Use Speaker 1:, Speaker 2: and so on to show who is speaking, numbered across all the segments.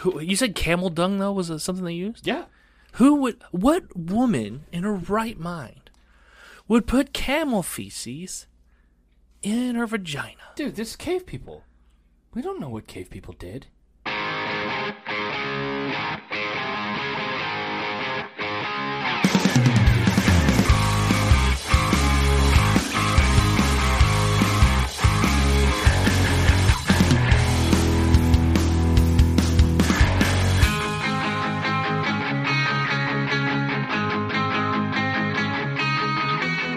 Speaker 1: Who you said camel dung though was uh, something they used?
Speaker 2: Yeah.
Speaker 1: Who would? What woman in her right mind would put camel feces in her vagina?
Speaker 2: Dude, this is cave people. We don't know what cave people did.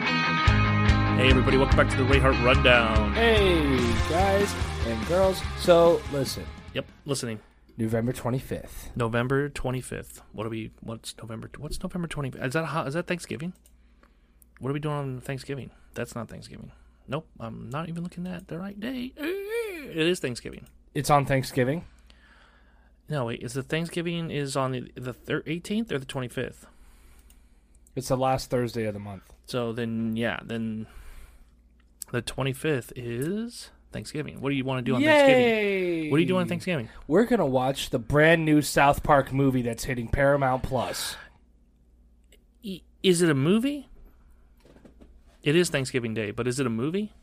Speaker 1: Hey everybody, welcome back to the Rayhart Rundown.
Speaker 2: Hey, guys and girls. So, listen,
Speaker 1: Yep, listening.
Speaker 2: November 25th.
Speaker 1: November twenty fifth. What are we? What's November? What's November twenty fifth? Is that a, ho- is that Thanksgiving? What are we doing on Thanksgiving? That's not Thanksgiving. Nope, I'm not even looking at the right date. It is Thanksgiving.
Speaker 2: It's on Thanksgiving.
Speaker 1: No, wait. Is the Thanksgiving is on the the eighteenth or the twenty fifth?
Speaker 2: It's the last Thursday of the month.
Speaker 1: So then, yeah, then the twenty fifth is Thanksgiving. What do you want to do on Thanksgiving? What do you do on Thanksgiving?
Speaker 2: We're going to watch the brand new South Park movie that's hitting Paramount Plus.
Speaker 1: I- Is it a movie? It is Thanksgiving Day, but is it a movie?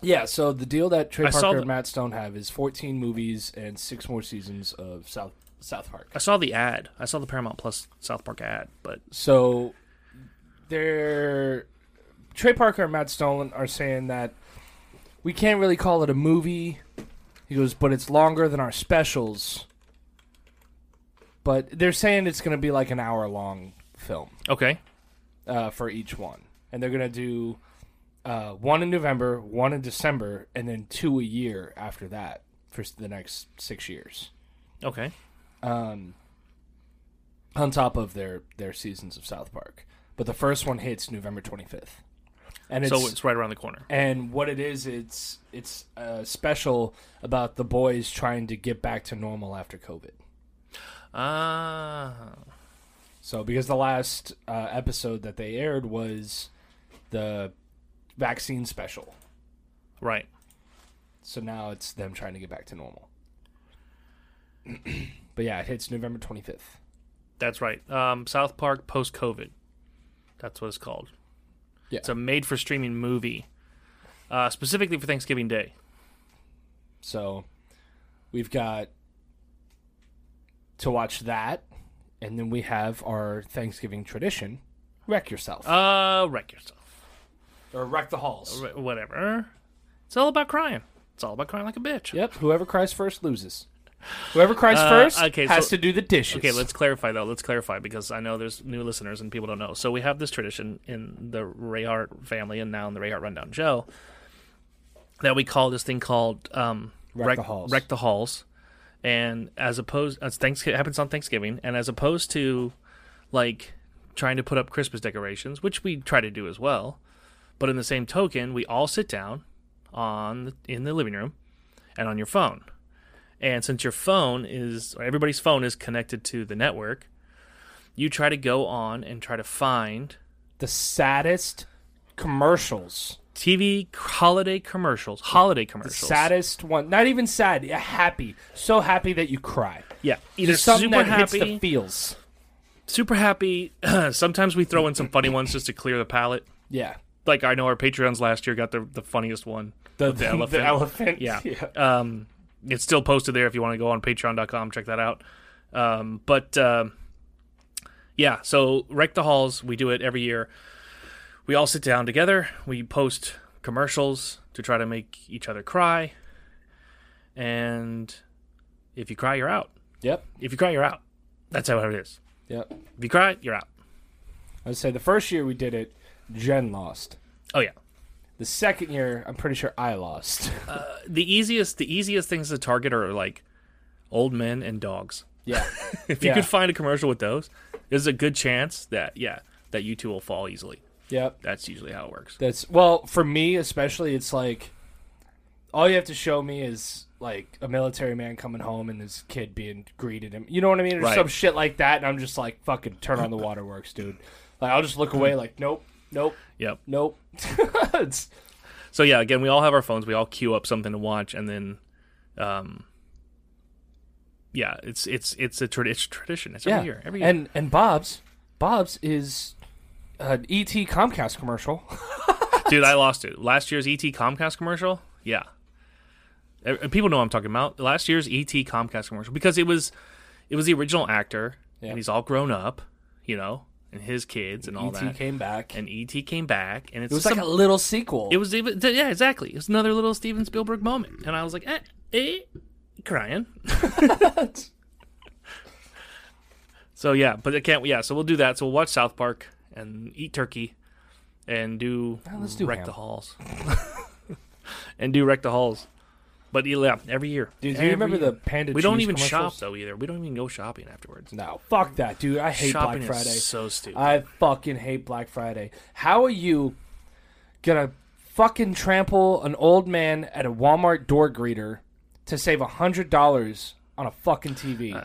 Speaker 2: Yeah, so the deal that Trey
Speaker 1: I saw
Speaker 2: Parker
Speaker 1: the-
Speaker 2: and Matt Stone have is 14 movies and six more seasons of South South Park.
Speaker 1: I saw the ad. I saw the Paramount Plus South Park ad, but
Speaker 2: So they're Trey Parker and Matt Stone are saying that we can't really call it a movie. He goes, but it's longer than our specials. But they're saying it's going to be like an hour long film
Speaker 1: okay,
Speaker 2: uh, for each one, and they're going to do uh, one in November, one in December, and then two a year after that for s- the next six years.
Speaker 1: okay,
Speaker 2: Um, on top of their their seasons of South Park, but the first one hits November twenty fifth, and it's,
Speaker 1: so it's right around the corner.
Speaker 2: and what it is, it's it's a special about the boys trying to get back to normal after COVID.
Speaker 1: Ah,
Speaker 2: So because the last uh, episode that they aired was the vaccine special,
Speaker 1: right.
Speaker 2: so now it's them trying to get back to normal. but yeah, it hits November twenty fifth.
Speaker 1: That's right. Um, South Park post COVID. That's what it's called.
Speaker 2: Yeah.
Speaker 1: It's a made for streaming movie, uh, specifically for Thanksgiving Day.
Speaker 2: So we've got to watch that, and then we have our Thanksgiving tradition: wreck yourself
Speaker 1: Uh, wreck yourself.
Speaker 2: or wreck the halls.
Speaker 1: Wh- Whatever. It's all about crying. It's all about crying like a bitch.
Speaker 2: Yep, whoever cries first loses. Whoever cries
Speaker 1: Uh,
Speaker 2: first
Speaker 1: okay,
Speaker 2: has
Speaker 1: so-
Speaker 2: to do the dishes.
Speaker 1: Okay, let's clarify though. Let's clarify because I know there's new listeners and people don't know. So we have this tradition in the Rayhart family and now in the Rayhart Rundown show that we call this thing called um,
Speaker 2: Wreck the Halls.
Speaker 1: Wreck the halls, and as opposed, as Thanksgiving happens on Thanksgiving, and as opposed to like trying to put up Christmas decorations, which we try to do as well, but in the same token, we all sit down on the, in the living room and on your phone. And since your phone is, or everybody's phone is connected to the network, you try to go on and try to find
Speaker 2: The saddest commercials,
Speaker 1: TV holiday commercials, holiday commercials.
Speaker 2: saddest one. Not even sad. yeah, Happy. So happy that you cry.
Speaker 1: yeah, either
Speaker 2: Something
Speaker 1: super
Speaker 2: that
Speaker 1: happy,
Speaker 2: hits the feels.
Speaker 1: super happy. Sometimes we throw in some funny ones just to clear the palate.
Speaker 2: Yeah.
Speaker 1: Like I know our Patreons last year got the the funniest one.
Speaker 2: The,
Speaker 1: the elephant.
Speaker 2: elephant.
Speaker 1: Yeah. Um, it's still posted there if you want to go on patreon.com, check that out. Um, but um yeah, so Wreck the Halls, we do it every year. We all sit down together, we post commercials to try to make each other cry. And if you cry, you're out.
Speaker 2: Yep.
Speaker 1: If you cry, you're out. That's how it is.
Speaker 2: Yep.
Speaker 1: If you cry, you're out.
Speaker 2: I'd say the first year we did it, Jen lost.
Speaker 1: Oh yeah.
Speaker 2: The second year, I'm pretty sure I lost.
Speaker 1: The easiest the easiest things to target are like old men and dogs.
Speaker 2: yeah.
Speaker 1: if you
Speaker 2: Yeah.
Speaker 1: could find a commercial with those, there's a good chance that yeah, that you two will fall easily.
Speaker 2: Yep.
Speaker 1: That's usually how it works.
Speaker 2: That's well, for me especially, it's like all you have to show me is like a military man coming home and his kid being greeted him. You know what I mean? Or
Speaker 1: Right.
Speaker 2: some shit like that, and I'm just like, fucking turn on the waterworks, dude. Like I'll just look away like, nope, nope,
Speaker 1: Yep.
Speaker 2: nope. it's
Speaker 1: So yeah, again, we all have our phones. We all queue up something to watch, and then, um, yeah, it's it's it's a tradi- it's a tradition. It's
Speaker 2: yeah.
Speaker 1: every year. Every year.
Speaker 2: And and Bob's Bob's is an ET Comcast commercial.
Speaker 1: Dude, I lost it. Last year's ET Comcast commercial. Yeah, Eh, people know what I'm talking about. Last year's ET Comcast commercial because it was it was the original actor
Speaker 2: Yeah.
Speaker 1: and he's all grown up, you know, and his kids and all
Speaker 2: ET
Speaker 1: that.
Speaker 2: E came back.
Speaker 1: and ET came back, and it's
Speaker 2: it was
Speaker 1: just
Speaker 2: like a little sequel.
Speaker 1: It was even th- yeah, exactly. It was another little Steven Spielberg moment, and I was like, eh, eh crying. so yeah, but it can't. Yeah, so we'll do that. So we'll watch South Park and eat turkey, and do
Speaker 2: Ah, let's do
Speaker 1: wreck
Speaker 2: ham.
Speaker 1: the halls, and do wreck the halls. But yeah, every year.
Speaker 2: Dude, do
Speaker 1: Every
Speaker 2: you remember
Speaker 1: year.
Speaker 2: the Panda
Speaker 1: We don't
Speaker 2: Cheese
Speaker 1: even shop
Speaker 2: commercials?
Speaker 1: though either. We don't even go shopping afterwards.
Speaker 2: No, fuck that, dude. I hate
Speaker 1: shopping
Speaker 2: Black Friday.
Speaker 1: is so stupid.
Speaker 2: I fucking hate Black Friday. How are you gonna fucking trample an old man at a Walmart door greeter to save a hundred dollars on a fucking TV?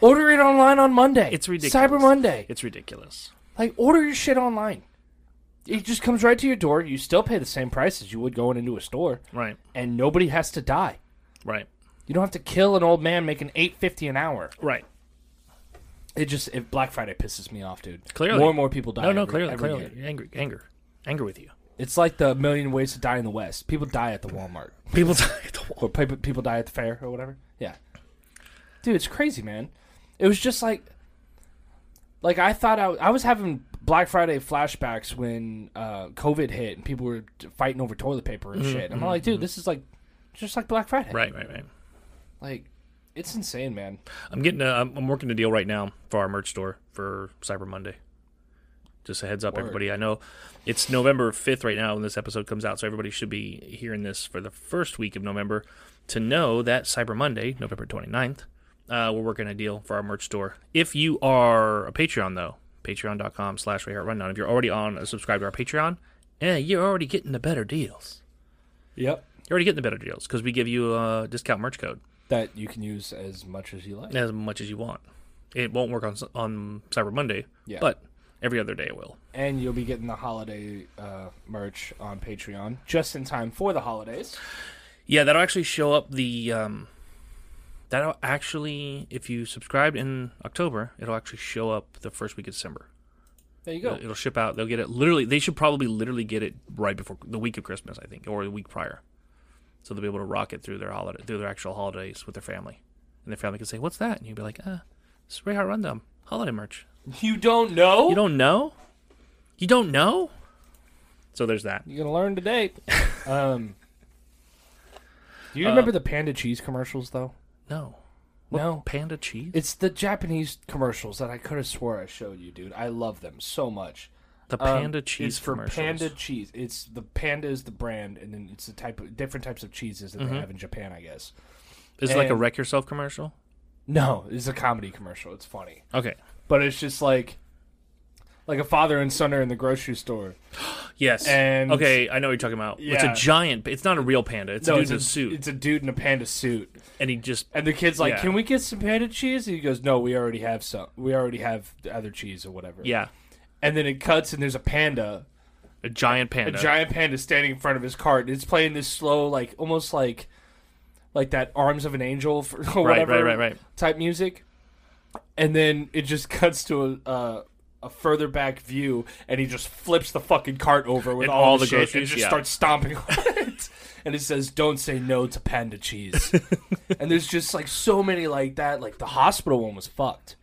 Speaker 2: order it online on Monday.
Speaker 1: Uh, It's ridiculous.
Speaker 2: Cyber Monday.
Speaker 1: it's ridiculous.
Speaker 2: Like order your shit online. It just comes right to your door. You still pay the same price as you would going into a store,
Speaker 1: Right.
Speaker 2: and nobody has to die.
Speaker 1: Right.
Speaker 2: You don't have to kill an old man making eight fifty an hour.
Speaker 1: Right.
Speaker 2: It just it, Black Friday pisses me off, dude.
Speaker 1: Clearly.
Speaker 2: more and more people die.
Speaker 1: No, no,
Speaker 2: every-
Speaker 1: clearly,
Speaker 2: every
Speaker 1: clearly,
Speaker 2: year.
Speaker 1: anger, anger, anger with you.
Speaker 2: It's like the million ways to die in the West. People die at the Walmart,
Speaker 1: People at the wall.
Speaker 2: or people people die at the fair, or whatever. Yeah, dude, it's crazy, man. It was just like, like I thought I, I was having Black Friday flashbacks when uh, COVID hit and people were fighting over toilet paper and shit. I'm like, dude, this is like, just like Black Friday.
Speaker 1: Mm-hmm, Right, right, right.
Speaker 2: Like, it's insane, man.
Speaker 1: I'm getting. A, I'm, I'm working a deal right now for our merch store for Cyber Monday. Just a heads up,
Speaker 2: Word.
Speaker 1: everybody. I know it's November 5th right now when this episode comes out, so everybody should be hearing this for the first week of November to know that Cyber Monday, November 29th, uh, we're working a deal for our merch store. If you are a Patreon, though, patreon.com slash rundown. If you're already on, uh, subscribe to our Patreon, eh, you're already getting the better deals.
Speaker 2: Yep.
Speaker 1: You're already getting the better deals because we give you a discount merch code
Speaker 2: That you can use as much as you like.
Speaker 1: as much as you want. It won't work on on Cyber Monday,
Speaker 2: Yeah.
Speaker 1: but every other day it will.
Speaker 2: and you'll be getting the holiday uh, merch on Patreon just in time for the holidays.
Speaker 1: Yeah, that'll actually show up the um, that'll actually if you subscribe in October, it'll actually show up the first week of December.
Speaker 2: There you go.
Speaker 1: It'll, it'll ship out. They'll get it literally. They should probably literally get it right before the week of Christmas, I think, or the week prior, so they'll be able to rock it through their holiday through their actual holidays with their family, and their family can say, "What's that?" And you'd be like, "Uh, it's Ray Hart Rundown holiday merch."
Speaker 2: You don't know?
Speaker 1: You
Speaker 2: You
Speaker 1: don't know? You don't know? So there's that.
Speaker 2: are gonna learn today. um, do
Speaker 1: Uh,
Speaker 2: you remember the panda cheese commercials though?
Speaker 1: No.
Speaker 2: No.
Speaker 1: Panda cheese?
Speaker 2: It's the Japanese commercials that I could have swore I showed you, dude. I love them so much.
Speaker 1: the
Speaker 2: Um,
Speaker 1: panda cheese
Speaker 2: It's for
Speaker 1: commercials.
Speaker 2: panda cheese. It's the panda is the brand, and then it's the type of different types of cheeses that
Speaker 1: Mm-hmm.
Speaker 2: they have in Japan, I guess.
Speaker 1: Is it like a
Speaker 2: and-
Speaker 1: wreck yourself commercial?
Speaker 2: No, it's a comedy commercial. It's funny.
Speaker 1: Okay.
Speaker 2: but it's just like like a father and son are in the grocery store.
Speaker 1: Yes.
Speaker 2: And-
Speaker 1: okay, I know what you're talking about. It's
Speaker 2: Yeah.
Speaker 1: a giant. It's not a real panda. It's a dude in a suit,
Speaker 2: It's a dude in a panda suit,
Speaker 1: and he just
Speaker 2: and the kid's like,
Speaker 1: Yeah.
Speaker 2: "Can we get some panda cheese?" And he goes, "No, we already have some. We already have the other cheese or whatever."
Speaker 1: yeah,
Speaker 2: And then it cuts, and there's a panda,
Speaker 1: a giant panda.
Speaker 2: a giant panda standing in front of his cart, and it's playing this slow, like almost like like that "Arms of an Angel" for, or
Speaker 1: right,
Speaker 2: whatever,
Speaker 1: right, right, right.
Speaker 2: type music, and then it just cuts to a. Uh, a further back view, and he just flips the fucking cart over with
Speaker 1: And
Speaker 2: all,
Speaker 1: all
Speaker 2: the
Speaker 1: the
Speaker 2: groceries, and
Speaker 1: groceries,
Speaker 2: just
Speaker 1: yeah.
Speaker 2: starts stomping on it. And it says, "Don't say no to panda cheese." and there's just like so many like that. Like the hospital one was fucked,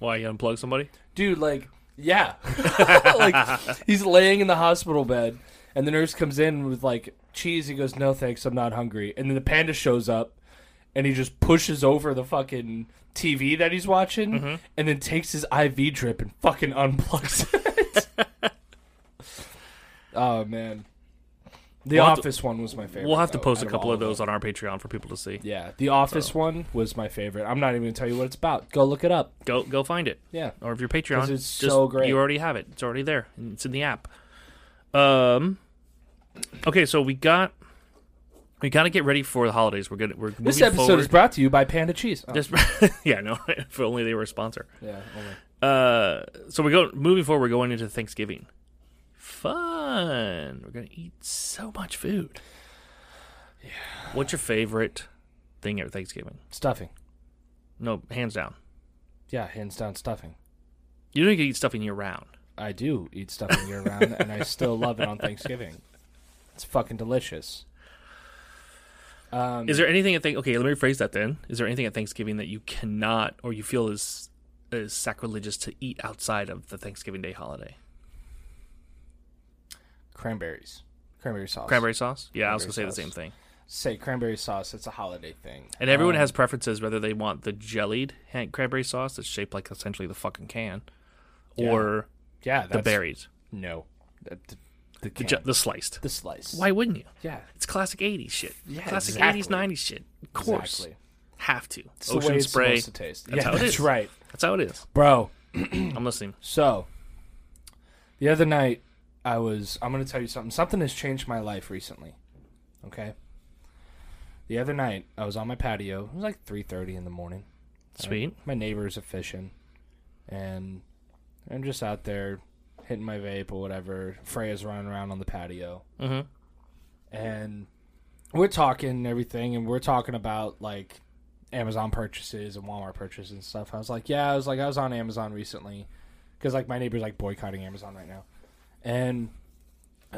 Speaker 1: Why you unplug somebody?
Speaker 2: dude. Like, yeah, like he's laying in the hospital bed, and the nurse comes in with like cheese. He goes, "No, thanks, I'm not hungry." And then the panda shows up, and he just pushes over the fucking TV that he's watching,
Speaker 1: Mm-hmm.
Speaker 2: and then takes his IV drip and fucking unplugs it. oh man, the
Speaker 1: We'll have to-
Speaker 2: Office one was my favorite.
Speaker 1: We'll have to
Speaker 2: though,
Speaker 1: post
Speaker 2: out
Speaker 1: a couple
Speaker 2: all
Speaker 1: of those on our Patreon for people to see.
Speaker 2: them. Yeah, the Office one was my favorite. I'm not even gonna tell you what it's about. Go look it up.
Speaker 1: Go go find it.
Speaker 2: Yeah,
Speaker 1: Or if you're Patreon,
Speaker 2: 'Cause it's
Speaker 1: just-
Speaker 2: so great.
Speaker 1: You already have it. It's already there. and It's in the app. Um. Okay, so we got we got to get ready for the holidays. We're gonna we're
Speaker 2: this
Speaker 1: moving
Speaker 2: episode
Speaker 1: forward.
Speaker 2: is brought to you by Panda Cheese. Oh,
Speaker 1: Just yeah, no. If only they were a sponsor.
Speaker 2: yeah, only.
Speaker 1: Uh, so we go moving forward. We're going into Thanksgiving. Fun. We're gonna eat so much food. Yeah. What's your favorite thing at Thanksgiving?
Speaker 2: stuffing.
Speaker 1: No, hands down.
Speaker 2: Yeah, hands down stuffing.
Speaker 1: You don't get to eat stuffing year round.
Speaker 2: I do eat stuffing year round, and I still love it on Thanksgiving. It's fucking delicious. Um,
Speaker 1: Is there anything at Thank? Okay, let me rephrase that. Then, is there anything at Thanksgiving that you cannot or you feel is is sacrilegious to eat outside of the Thanksgiving Day holiday?
Speaker 2: cranberries, cranberry sauce.
Speaker 1: Cranberry sauce. Yeah, I was gonna say
Speaker 2: Cranberry
Speaker 1: the same
Speaker 2: sauce.
Speaker 1: thing.
Speaker 2: Say cranberry sauce. It's a holiday thing.
Speaker 1: And everyone has preferences whether they want the jellied hand cranberry sauce that's shaped like essentially the fucking can, or
Speaker 2: Uh, Yeah, that's,
Speaker 1: the berries,
Speaker 2: No, the, the, the,
Speaker 1: the,
Speaker 2: can,
Speaker 1: ju- the sliced.
Speaker 2: the slice.
Speaker 1: Why wouldn't you?
Speaker 2: Yeah,
Speaker 1: It's classic '80s shit.
Speaker 2: Yeah,
Speaker 1: classic
Speaker 2: exactly.
Speaker 1: '80s '90s shit. Of course,
Speaker 2: exactly.
Speaker 1: have to.
Speaker 2: It's the way
Speaker 1: Ocean
Speaker 2: it's
Speaker 1: spray.
Speaker 2: supposed to taste.
Speaker 1: That's
Speaker 2: yeah,
Speaker 1: how it
Speaker 2: that's
Speaker 1: is.
Speaker 2: right,
Speaker 1: That's how it is.
Speaker 2: bro.
Speaker 1: I'm listening.
Speaker 2: So, the other night, I was. I'm going to tell you something. Something has changed my life recently. Okay. The other night, I was on my patio. It was like 3:30 in the morning.
Speaker 1: Sweet.
Speaker 2: My neighbors are fishing, and I'm just out there hitting my vape or whatever. Freya's running around on the patio,
Speaker 1: Mm-hmm.
Speaker 2: and we're talking and everything, and we're talking about like Amazon purchases and Walmart purchases and stuff. I was like, yeah, I was like, I was on Amazon recently because like my neighbor's like boycotting Amazon right now, and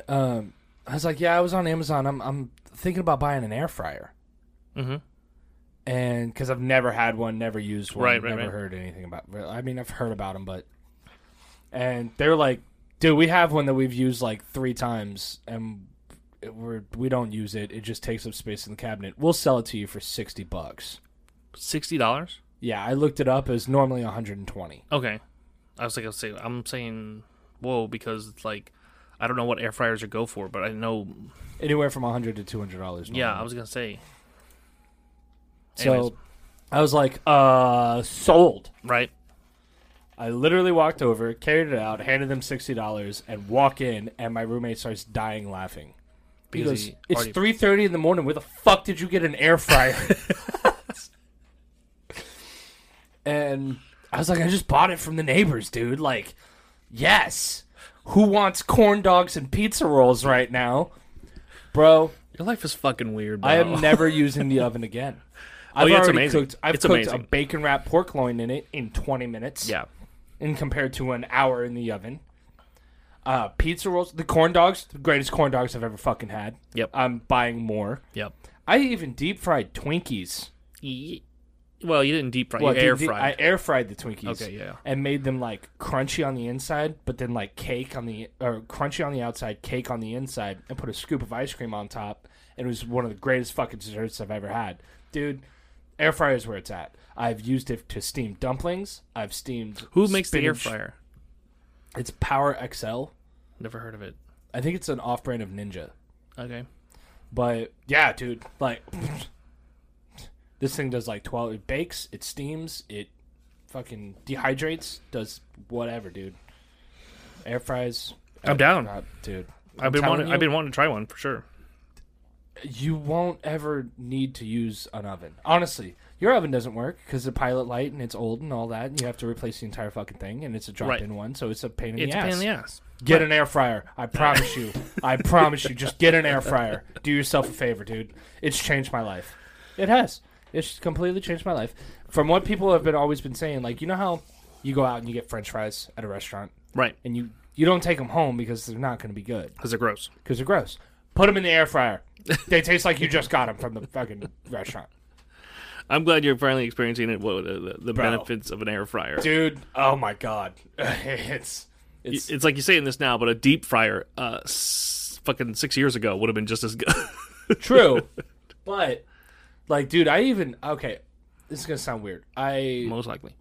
Speaker 2: um, I was like, yeah, I was on Amazon. I'm I'm thinking about buying an air fryer,
Speaker 1: Mm-hmm.
Speaker 2: and because I've never had one, never used one,
Speaker 1: Right, right,
Speaker 2: never
Speaker 1: right.
Speaker 2: heard anything about. I mean, I've heard about them, but and they're like, dude, we have one that we've used like three times, and it- we're we don't use it. It just takes up space in the cabinet. We'll sell it to you for sixty bucks.
Speaker 1: Sixty dollars.
Speaker 2: Yeah, I looked it up. It was normally one hundred and twenty.
Speaker 1: Okay. I was like, I was saying, I'm saying, whoa, because it's like, I don't know what air fryers are go for, but I know.
Speaker 2: Anywhere from 100 to $200. normally.
Speaker 1: Yeah, I was gonna say. Anyways.
Speaker 2: So I was like, uh, sold.
Speaker 1: Right.
Speaker 2: I literally walked over, carried it out, handed them $60, and walk in, and my roommate starts dying laughing.
Speaker 1: Because
Speaker 2: Because
Speaker 1: he
Speaker 2: it's
Speaker 1: already-
Speaker 2: 3.30 in the morning. Where the fuck did you get an air fryer? and I was like, I just bought it from the neighbors, dude. Like, yes. Who wants corn dogs and pizza rolls right now? Bro,
Speaker 1: Your life is fucking weird. Bro.
Speaker 2: I am never using the oven again. I've
Speaker 1: Oh, yeah, it's
Speaker 2: already
Speaker 1: amazing.
Speaker 2: cooked. I've
Speaker 1: It's
Speaker 2: cooked a
Speaker 1: amazing.
Speaker 2: bacon wrap pork loin in it in 20 minutes.
Speaker 1: Yeah.
Speaker 2: In compared to an hour in the oven. Uh, pizza rolls, the corn dogs, the greatest corn dogs I've ever fucking had.
Speaker 1: Yep.
Speaker 2: I'm buying more.
Speaker 1: Yep.
Speaker 2: I even deep fried Twinkies.
Speaker 1: Ye- Well, you didn't deep fry.
Speaker 2: Well,
Speaker 1: you
Speaker 2: deep-
Speaker 1: air
Speaker 2: deep-
Speaker 1: fried.
Speaker 2: I air fried the Twinkies.
Speaker 1: Okay, yeah.
Speaker 2: And made them like crunchy on the inside, but then like cake on the or crunchy on the outside, cake on the inside, and put a scoop of ice cream on top. And it was one of the greatest fucking desserts I've ever had, dude. Air fryer is where it's at. I've used it to steam dumplings. I've steamed.
Speaker 1: Who makes the air
Speaker 2: spinach.
Speaker 1: fryer?
Speaker 2: It's Power XL.
Speaker 1: Never heard of it.
Speaker 2: I think it's an off-brand of Ninja.
Speaker 1: Okay.
Speaker 2: But yeah, dude, like this thing does like twelve. It bakes, it steams, it fucking dehydrates, does whatever, dude. Air fries,
Speaker 1: I'm down.
Speaker 2: uh, dude.
Speaker 1: I've
Speaker 2: I'm
Speaker 1: been
Speaker 2: telling
Speaker 1: wanting.
Speaker 2: you,
Speaker 1: I've been wanting to try one for sure.
Speaker 2: You won't ever need to use an oven, honestly. Your oven doesn't work because the pilot light and it's old and all that, and you have to replace the entire fucking thing, and it's a drop-in one, so it's a pain in
Speaker 1: It's
Speaker 2: the
Speaker 1: a
Speaker 2: ass.
Speaker 1: pain in the ass.
Speaker 2: Get an air fryer. I promise you. I promise you. Just get an air fryer. Do yourself a favor, dude. It's changed my life. It has. It's completely changed my life. From what people have been always been saying, like you know how you go out and you get French fries at a restaurant
Speaker 1: Right.
Speaker 2: and you you don't take them home because they're not going to be good
Speaker 1: Because they're gross.
Speaker 2: because they're gross. Put them in the air fryer. They taste like you just got them from the fucking restaurant,
Speaker 1: I'm glad you're finally experiencing it. What the, the- the
Speaker 2: Bro.
Speaker 1: benefits of an air fryer?
Speaker 2: dude. Oh my god, it's it's
Speaker 1: it's, like you're saying this now, but a deep fryer, uh, s- fucking six years ago would have been just as good.
Speaker 2: True. but like dude, I even okay, this is going to sound weird. I
Speaker 1: Most likely.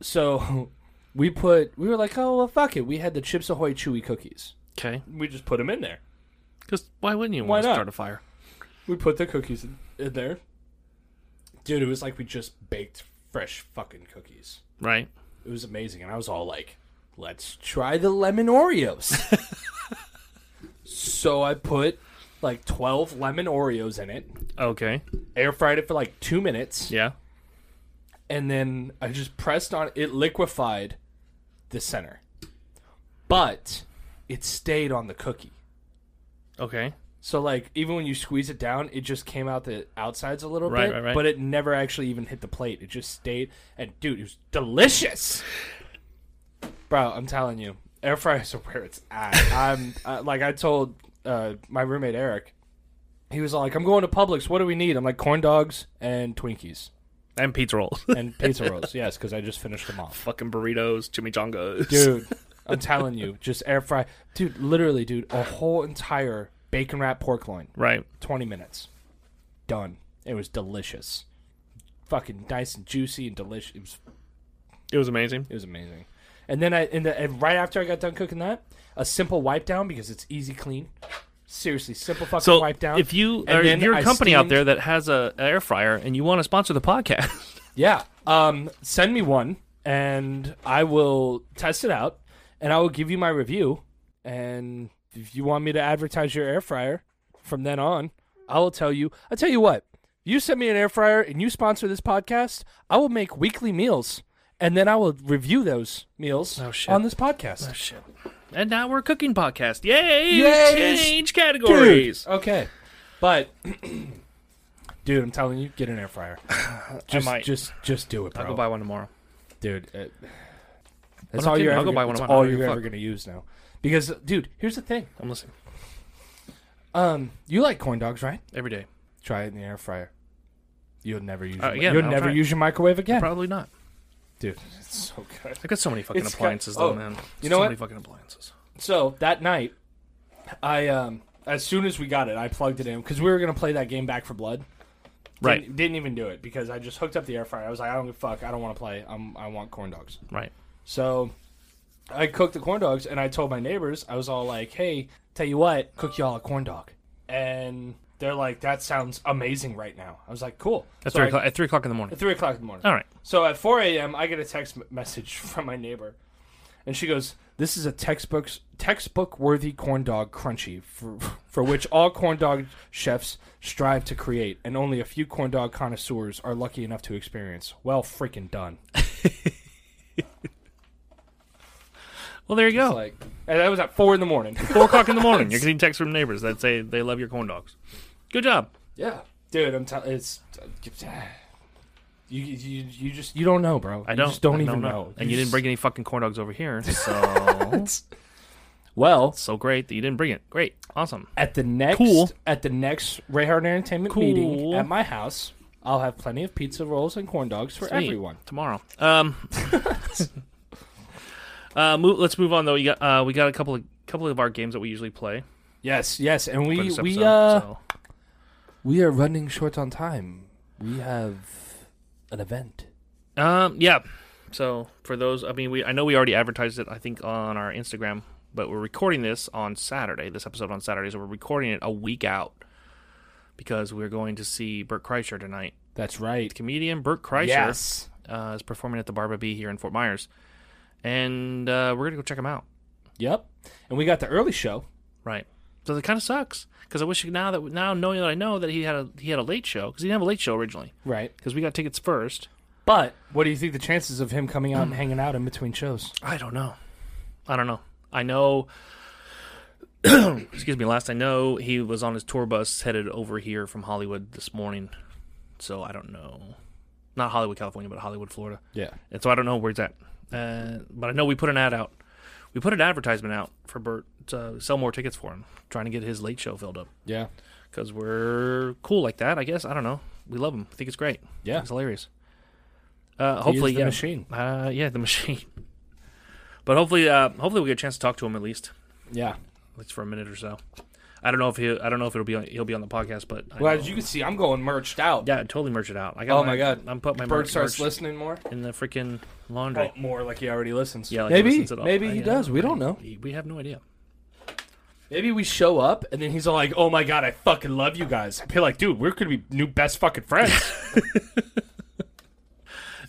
Speaker 2: so we put we were like, "Oh, well fuck it. We had the Chips Ahoy chewy cookies.
Speaker 1: Okay.
Speaker 2: We just put them in there.
Speaker 1: Because why wouldn't you
Speaker 2: Why
Speaker 1: want to
Speaker 2: not?
Speaker 1: start a fire?
Speaker 2: We put the cookies in, in there." Dude, it was like we just baked fresh fucking cookies.
Speaker 1: Right.
Speaker 2: It was amazing and I was all like, "Let's try the lemon Oreos." so I put like 12 lemon Oreos in it.
Speaker 1: Okay.
Speaker 2: Air fried it for like 2 minutes.
Speaker 1: Yeah.
Speaker 2: and then I just pressed on it liquefied the center. But it stayed on the cookie.
Speaker 1: Okay.
Speaker 2: So like even when you squeeze it down, it just came out the outsides a little
Speaker 1: Right,
Speaker 2: bit,
Speaker 1: right, right.
Speaker 2: but it never actually even hit the plate. It just stayed. And dude, it was delicious. Bro, I'm telling you, air fryers are where it's at. I'm uh, like I told uh, my roommate Eric. He was like, "I'm going to Publix. What do we need?" I'm like, "Corn dogs and Twinkies
Speaker 1: and pizza rolls,
Speaker 2: and pizza rolls." yes, because I just finished them off.
Speaker 1: fucking burritos, chimichangas.
Speaker 2: dude. I'm telling you, just air fry, dude. Literally, dude, a whole entire bacon wrap pork loin,
Speaker 1: Right.
Speaker 2: 20 minutes, done. It was delicious, fucking nice and juicy and delicious. It was,
Speaker 1: It was amazing.
Speaker 2: it was amazing. And then I, and, the, and right after I got done cooking that, a simple wipe down because it's easy clean. Seriously, simple fucking
Speaker 1: So
Speaker 2: wipe down.
Speaker 1: if you
Speaker 2: And
Speaker 1: or
Speaker 2: then
Speaker 1: if you're a
Speaker 2: I
Speaker 1: company out
Speaker 2: steamed-
Speaker 1: there that has a an air fryer and you want to sponsor the podcast,
Speaker 2: Yeah. Um, send me one, and I will test it out, and I will give you my review. And if you want me to advertise your air fryer from then on, I will tell you. I'll tell you what. You send me an air fryer and you sponsor this podcast, I will make weekly meals, and then I will review those meals
Speaker 1: Oh, shit.
Speaker 2: on this podcast.
Speaker 1: shit. And now we're a cooking podcast. Yay!
Speaker 2: Yes!
Speaker 1: Change
Speaker 2: Dude,
Speaker 1: categories.
Speaker 2: Okay. But dude, I'm telling you, get an air fryer. Just
Speaker 1: might.
Speaker 2: just just do it, bro.
Speaker 1: I'll go buy one tomorrow.
Speaker 2: dude. It, that's
Speaker 1: not
Speaker 2: all
Speaker 1: kidding.
Speaker 2: you're
Speaker 1: I'll
Speaker 2: ever.
Speaker 1: go buy one
Speaker 2: that's
Speaker 1: of mine. I
Speaker 2: all
Speaker 1: don't give
Speaker 2: you're
Speaker 1: a
Speaker 2: ever going to use now, because dude, here's the thing.
Speaker 1: I'm listening
Speaker 2: Um, you like corn dogs, right?
Speaker 1: every day.
Speaker 2: Try it in the air fryer. You'll never use.
Speaker 1: Uh,
Speaker 2: your,
Speaker 1: again,
Speaker 2: you'll
Speaker 1: I'll
Speaker 2: never
Speaker 1: try it.
Speaker 2: use your microwave again,
Speaker 1: Probably not.
Speaker 2: dude. It's so good.
Speaker 1: I got so many fucking
Speaker 2: It's got-
Speaker 1: appliances
Speaker 2: oh,
Speaker 1: though, man.
Speaker 2: you know
Speaker 1: so
Speaker 2: what?
Speaker 1: many fucking appliances.
Speaker 2: So that night, I um, as soon as we got it, I plugged it in because we were going to play that game Back for Blood.
Speaker 1: Right.
Speaker 2: Didn't, didn't even do it because I just hooked up the air fryer. I was like, I don't give a fuck. I don't want to play. I'm, I want corn dogs.
Speaker 1: Right.
Speaker 2: So I cooked the corn dogs and I told my neighbors, I was all like, hey, tell you what, cook y'all a corn dog. And they're like, that sounds amazing right now. I was like, cool.
Speaker 1: At
Speaker 2: So
Speaker 1: three
Speaker 2: I-
Speaker 1: o'clock. At three o'clock in the
Speaker 2: At
Speaker 1: morning.
Speaker 2: 3 o'clock in the morning.
Speaker 1: All right.
Speaker 2: So at 4 a.m., I get a text m- message from my neighbor. And she goes, this is a textbook textbook worthy corn dog crunchy for, for which all corn dog chefs strive to create, and only a few corn dog connoisseurs are lucky enough to experience. Well, freaking done.
Speaker 1: Well, there you go.
Speaker 2: Like, and that was at four in the morning.
Speaker 1: Four o'clock in the morning. You're getting texts from neighbors that say they love your corn dogs. Good job.
Speaker 2: Yeah, dude, I'm telling it's you, you you just you don't know, bro.
Speaker 1: I
Speaker 2: You
Speaker 1: don't.
Speaker 2: just don't
Speaker 1: I
Speaker 2: even know.
Speaker 1: And you didn't
Speaker 2: just-
Speaker 1: bring any fucking corn dogs over here, so
Speaker 2: Well,
Speaker 1: so great that you didn't bring it. Great. Awesome.
Speaker 2: at the next
Speaker 1: Cool.
Speaker 2: at the next Ray Hard Entertainment meeting
Speaker 1: Cool.
Speaker 2: at my house, I'll have plenty of pizza rolls and corn dogs for
Speaker 1: Sweet.
Speaker 2: everyone.
Speaker 1: tomorrow. Um, uh, move, let's move on though. We got uh, we got a couple of couple of our games that we usually play.
Speaker 2: Yes, yes, and
Speaker 1: for
Speaker 2: we
Speaker 1: this
Speaker 2: we
Speaker 1: episode,
Speaker 2: uh
Speaker 1: so.
Speaker 2: we are running short on time. We have an event.
Speaker 1: Um, yeah. So for those, I mean, we I know we already advertised it. I think on our Instagram, but we're recording this on Saturday. This episode on Saturday, so we're recording it a week out because we're going to see Burt Kreischer tonight.
Speaker 2: That's right.
Speaker 1: Comedian Burt Kreischer
Speaker 2: Yes.
Speaker 1: uh, is performing at the Barba B here in Fort Myers, and uh, we're gonna go check him out.
Speaker 2: Yep. And we got the early show.
Speaker 1: Right. So that kind of sucks because I wish now that now knowing that I know that he had a he had a late show because he didn't have a late show originally
Speaker 2: Right.
Speaker 1: because we got tickets first.
Speaker 2: But what do you think the chances of him coming out and hanging out in between shows?
Speaker 1: I don't know. I don't know. I know. excuse me. Last I know, he was on his tour bus headed over here from Hollywood this morning. So I don't know. Not Hollywood, California, but Hollywood, Florida.
Speaker 2: Yeah.
Speaker 1: And so I don't know where he's at. Uh, but I know we put an ad out. We put an advertisement out for Bert to sell more tickets for him, trying to get his late show filled up.
Speaker 2: Yeah.
Speaker 1: because we're cool like that. I guess I don't know. We love him. I think it's great.
Speaker 2: Yeah.
Speaker 1: it's hilarious. Uh, hopefully,
Speaker 2: the
Speaker 1: yeah.
Speaker 2: machine.
Speaker 1: Uh, yeah, the machine. But hopefully, uh, hopefully we get a chance to talk to him at least,
Speaker 2: Yeah.
Speaker 1: at least for a minute or so. I don't know if he, I don't know if it'll be, on, he'll be on the podcast, but I
Speaker 2: Well,
Speaker 1: know-
Speaker 2: as you can see, I'm going merged out.
Speaker 1: yeah, totally merch it out. I got
Speaker 2: Oh my God.
Speaker 1: I'm putting my
Speaker 2: Bird
Speaker 1: merch,
Speaker 2: starts
Speaker 1: merch
Speaker 2: listening more.
Speaker 1: in the freaking laundry.
Speaker 2: Well, Oh, more like he already listens.
Speaker 1: Yeah, like he
Speaker 2: maybe.
Speaker 1: listens at all.
Speaker 2: maybe
Speaker 1: I-
Speaker 2: he
Speaker 1: yeah,
Speaker 2: does. We don't know.
Speaker 1: We, we have no idea.
Speaker 2: Maybe we show up and then he's all like, "Oh my god, I fucking love you guys." I feel like, dude, we're gonna be new best fucking friends.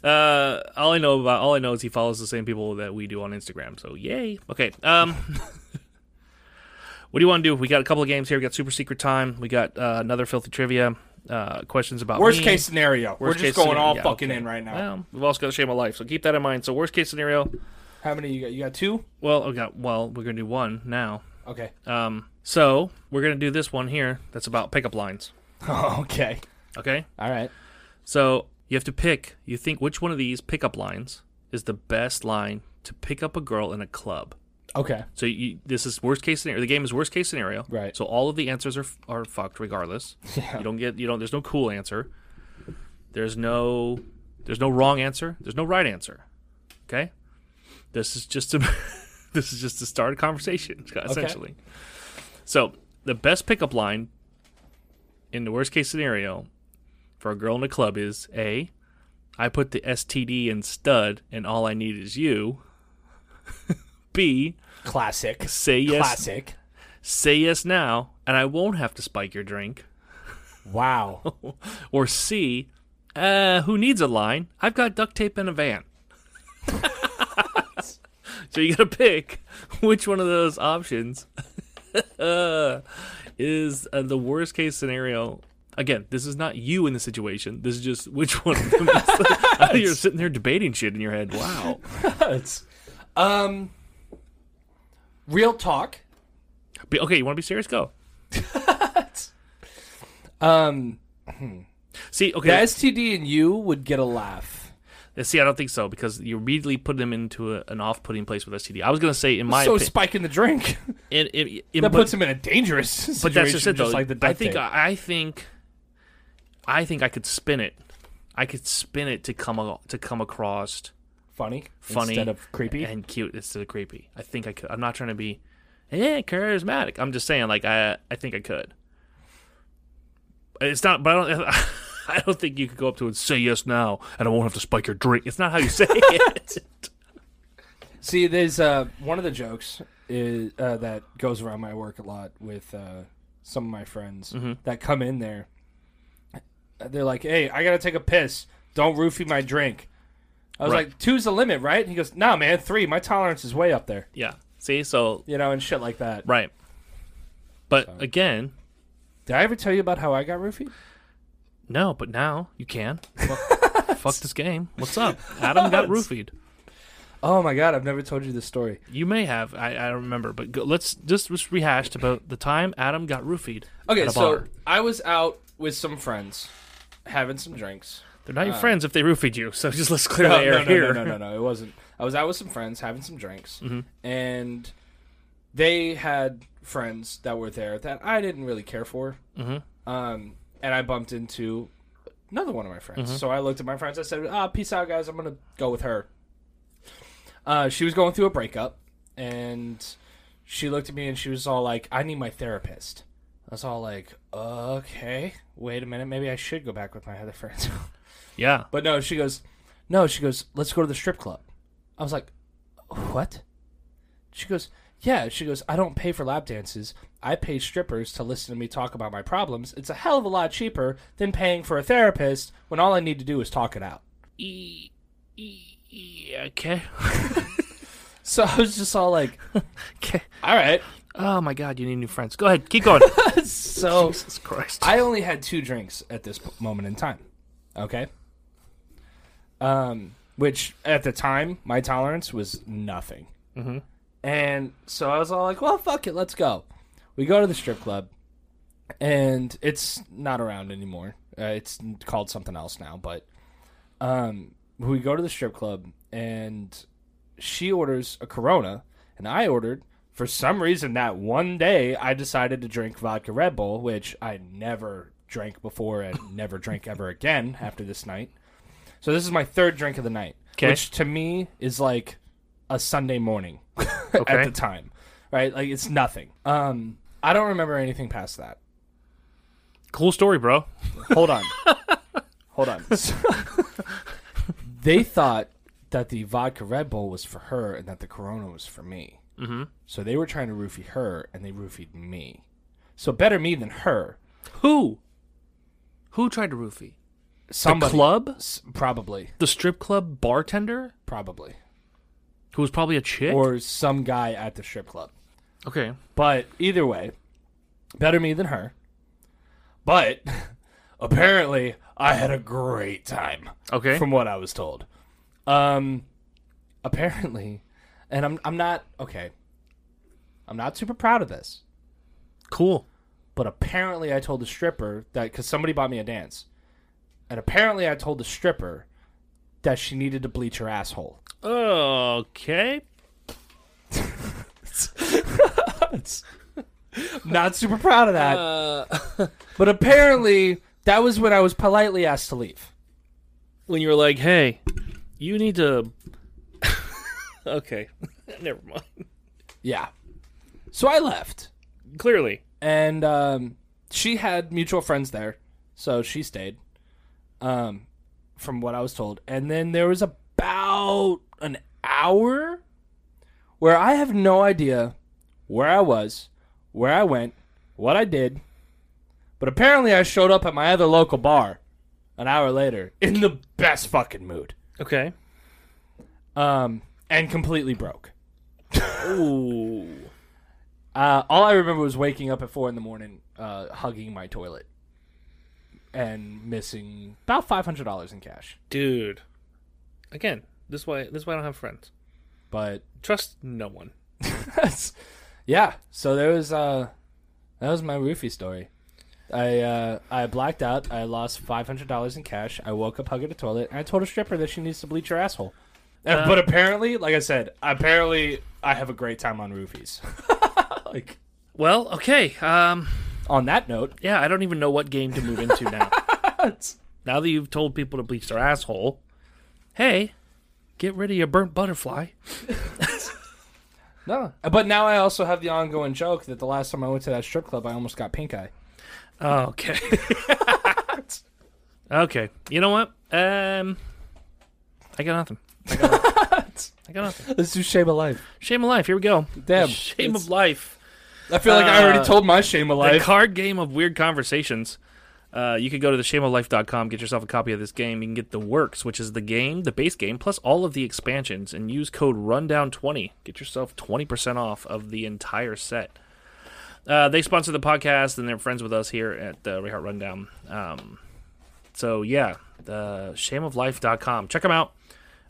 Speaker 1: Uh, all I know about all I know is he follows the same people that we do on Instagram. So yay. Okay. Um, what do you want to do? We got a couple of games here. We got super secret time. We got uh, another filthy trivia. Uh, questions about
Speaker 2: worst
Speaker 1: me.
Speaker 2: case scenario, we're
Speaker 1: Worst
Speaker 2: just
Speaker 1: case
Speaker 2: going
Speaker 1: scenario,
Speaker 2: all
Speaker 1: yeah,
Speaker 2: fucking in right now.
Speaker 1: Well, we've also got the shame of life. So keep that in mind. So worst case scenario. oh
Speaker 2: How many you got? You got two.
Speaker 1: Well, we got well. We're gonna do one now.
Speaker 2: Okay.
Speaker 1: Um, so we're gonna do this one here that's about pickup lines.
Speaker 2: okay.
Speaker 1: Okay.
Speaker 2: All right.
Speaker 1: So you have to pick. You think which one of these pickup lines is the best line to pick up a girl in a club?
Speaker 2: Okay.
Speaker 1: So you, this is worst case scenario. The game is worst case scenario.
Speaker 2: Right.
Speaker 1: So all of the answers are are fucked regardless. You don't get you don't. There's no cool answer. There's no there's no wrong answer. There's no right answer. Okay. This is just to this is just to start a conversation essentially. So the best pickup line in the worst case scenario for a girl in a club is a I put the STD in stud and all I need is you. B
Speaker 2: Classic.
Speaker 1: say yes
Speaker 2: Classic.
Speaker 1: say yes now and i won't have to spike your drink
Speaker 2: Wow.
Speaker 1: or c uh who needs a line i've got duct tape in a van so you gotta pick which one of those options uh, is uh, the worst case scenario again this is not you in the situation this is just which one of them is- you're sitting there debating shit in your head wow
Speaker 2: It's- um. Real talk.
Speaker 1: Be- okay you want to be serious go
Speaker 2: Um.
Speaker 1: see okay
Speaker 2: The STD and you would get a laugh.
Speaker 1: Uh, See, I don't think so because you immediately put them into a, an off-putting place with STD. I was going to say, in my
Speaker 2: so
Speaker 1: opinion,
Speaker 2: spiking the drink
Speaker 1: in, in, in,
Speaker 2: that
Speaker 1: but,
Speaker 2: puts him in a dangerous situation.
Speaker 1: but that's just it, though.
Speaker 2: like the
Speaker 1: I
Speaker 2: duct
Speaker 1: think
Speaker 2: tape.
Speaker 1: I, I think I think I could spin it. I could spin it to come a, to come across
Speaker 2: funny,
Speaker 1: funny
Speaker 2: instead of creepy.
Speaker 1: and cute instead of creepy. I think I could. I'm not trying to be eh charismatic. I'm just saying, like I I think I could. It's not, but I don't. I don't think you could go up to it and say yes now, and I won't have to spike your drink. It's not how you say it.
Speaker 2: See, there's uh, one of the jokes is, uh, that goes around my work a lot with uh, some of my friends
Speaker 1: Mm-hmm.
Speaker 2: that come in there. They're like, "Hey, I gotta take a piss. Don't roofie my drink." I was
Speaker 1: Right.
Speaker 2: like, two's the limit, right? And he goes, "Nah, man, three. My tolerance is way up there."
Speaker 1: Yeah. See, so
Speaker 2: You know, and shit like that.
Speaker 1: Right. But again,
Speaker 2: Did I ever tell you about how I got roofied?
Speaker 1: no, but now you can. Fuck, fuck this game. What's up? Adam got roofied.
Speaker 2: Oh my god, I've never told you this story.
Speaker 1: You may have. I, I don't remember. But go, let's just, just rehash about the time Adam got roofied.
Speaker 2: Okay,
Speaker 1: at a
Speaker 2: so
Speaker 1: bar.
Speaker 2: I was out with some friends, having some drinks.
Speaker 1: They're not your friends if they roofied you. So just let's clear the air
Speaker 2: uh, no, no,
Speaker 1: here. Mm-hmm.
Speaker 2: No, no, no, no, it wasn't. I was out with some friends having some drinks, and they had friends that were there that I didn't really care for. Mm-hmm. Um, and I bumped into another one of my friends.
Speaker 1: Mm-hmm.
Speaker 2: So I looked at my friends. I said, "Ah, peace out, guys. I'm gonna go with her." Uh, she was going through a breakup, and she looked at me and she was all like, "I need my therapist." I was all like, "Okay, wait a minute. Maybe I should go back with my other friends."
Speaker 1: Yeah.
Speaker 2: But no, she goes, no, she goes, let's go to the strip club. I was like, what? She goes, yeah. She goes, I don't pay for lap dances. I pay strippers to listen to me talk about my problems. It's a hell of a lot cheaper than paying for a therapist when all I need to do is talk it out.
Speaker 1: E- e- e- okay.
Speaker 2: So I was just all like,
Speaker 1: okay.
Speaker 2: all right.
Speaker 1: Oh my God, you need new friends. Go ahead. Keep going.
Speaker 2: So
Speaker 1: Jesus Christ.
Speaker 2: I only had two drinks at this p- moment in time. Okay. Um, which at the time my tolerance was nothing. Mm-hmm. And so I was all like, "Well, fuck it, let's go." We go to the strip club, and it's not around anymore. Uh, it's n- called something else now, but um, we go to the strip club, and she orders a Corona, and I ordered. For some reason, that one day I decided to drink vodka Red Bull, which I never drank before and never drank ever again after this night. So this is my third drink of the night,
Speaker 1: 'Kay.
Speaker 2: which to me is like a Sunday morning
Speaker 1: Okay.
Speaker 2: at the time, right? Like it's nothing. Um, I don't remember anything past that.
Speaker 1: cool story, bro.
Speaker 2: Hold on. Hold on. So- they thought that the vodka Red Bull was for her and that the Corona was for me. Mm-hmm. So they were trying to roofie her and they roofied me. So better me than her.
Speaker 1: Who? Who tried to roofie?
Speaker 2: Somebody.
Speaker 1: Club?
Speaker 2: S- Probably.
Speaker 1: The strip club bartender?
Speaker 2: Probably.
Speaker 1: Who was probably a chick?
Speaker 2: Or some guy at the strip club.
Speaker 1: okay.
Speaker 2: But either way, better me than her. But apparently, I had a great time.
Speaker 1: Okay.
Speaker 2: from what I was told. Um, apparently, and I'm I'm not okay. I'm not super proud of this,
Speaker 1: Cool.
Speaker 2: but apparently I told the stripper that because somebody bought me a dance, and apparently I told the stripper that she needed to bleach her asshole.
Speaker 1: Okay.
Speaker 2: Not super proud of that,
Speaker 1: Uh,
Speaker 2: but apparently that was when I was politely asked to leave.
Speaker 1: when you were like, "Hey, you need to," okay, never mind.
Speaker 2: Yeah, so I left.
Speaker 1: Clearly,
Speaker 2: and um, she had mutual friends there, so she stayed. Um, from what I was told, and then there was about an hour where I have no idea where I was, where I went, what I did, but apparently I showed up at my other local bar an hour later in the best fucking mood,
Speaker 1: okay.
Speaker 2: um, and completely broke.
Speaker 1: Ooh,
Speaker 2: Uh, all I remember was waking up at four in the morning, uh, hugging my toilet, and missing about five hundred dollars in cash.
Speaker 1: dude. Again, this way. This way, I don't have friends.
Speaker 2: But
Speaker 1: Trust no one.
Speaker 2: yeah, so there was uh, that was my roofie story. I uh, I blacked out. I lost five hundred dollars in cash. I woke up hugging a toilet, and I told a stripper that she needs to bleach her asshole. And- but apparently, like I said, apparently I have a great time on roofies. like
Speaker 1: Well, okay. Um,
Speaker 2: on that note,
Speaker 1: yeah, I don't even know what game to move into now. now that you've told people to bleach their asshole, hey, get rid of your burnt butterfly.
Speaker 2: No. But now I also have the ongoing joke that the last time I went to that strip club, I almost got pink eye.
Speaker 1: Oh, Okay. okay. You know what? Um, I got nothing. I got nothing.
Speaker 2: Let's do shame of life.
Speaker 1: Shame of life. Here we go.
Speaker 2: Damn.
Speaker 1: Shame
Speaker 2: It's-
Speaker 1: of life.
Speaker 2: I feel like I
Speaker 1: Uh,
Speaker 2: already told my shame of
Speaker 1: The
Speaker 2: life.
Speaker 1: card game of weird conversations. Uh, you can go to theshameoflife.com, get yourself a copy of this game. You can get the works, which is the game, the base game, plus all of the expansions, and use code RUNDOWN20. Get yourself 20% off of the entire set. Uh, they sponsor the podcast, and they're friends with us here at the Reheart Rundown. Um, so, yeah, the shameoflife.com. Check them out.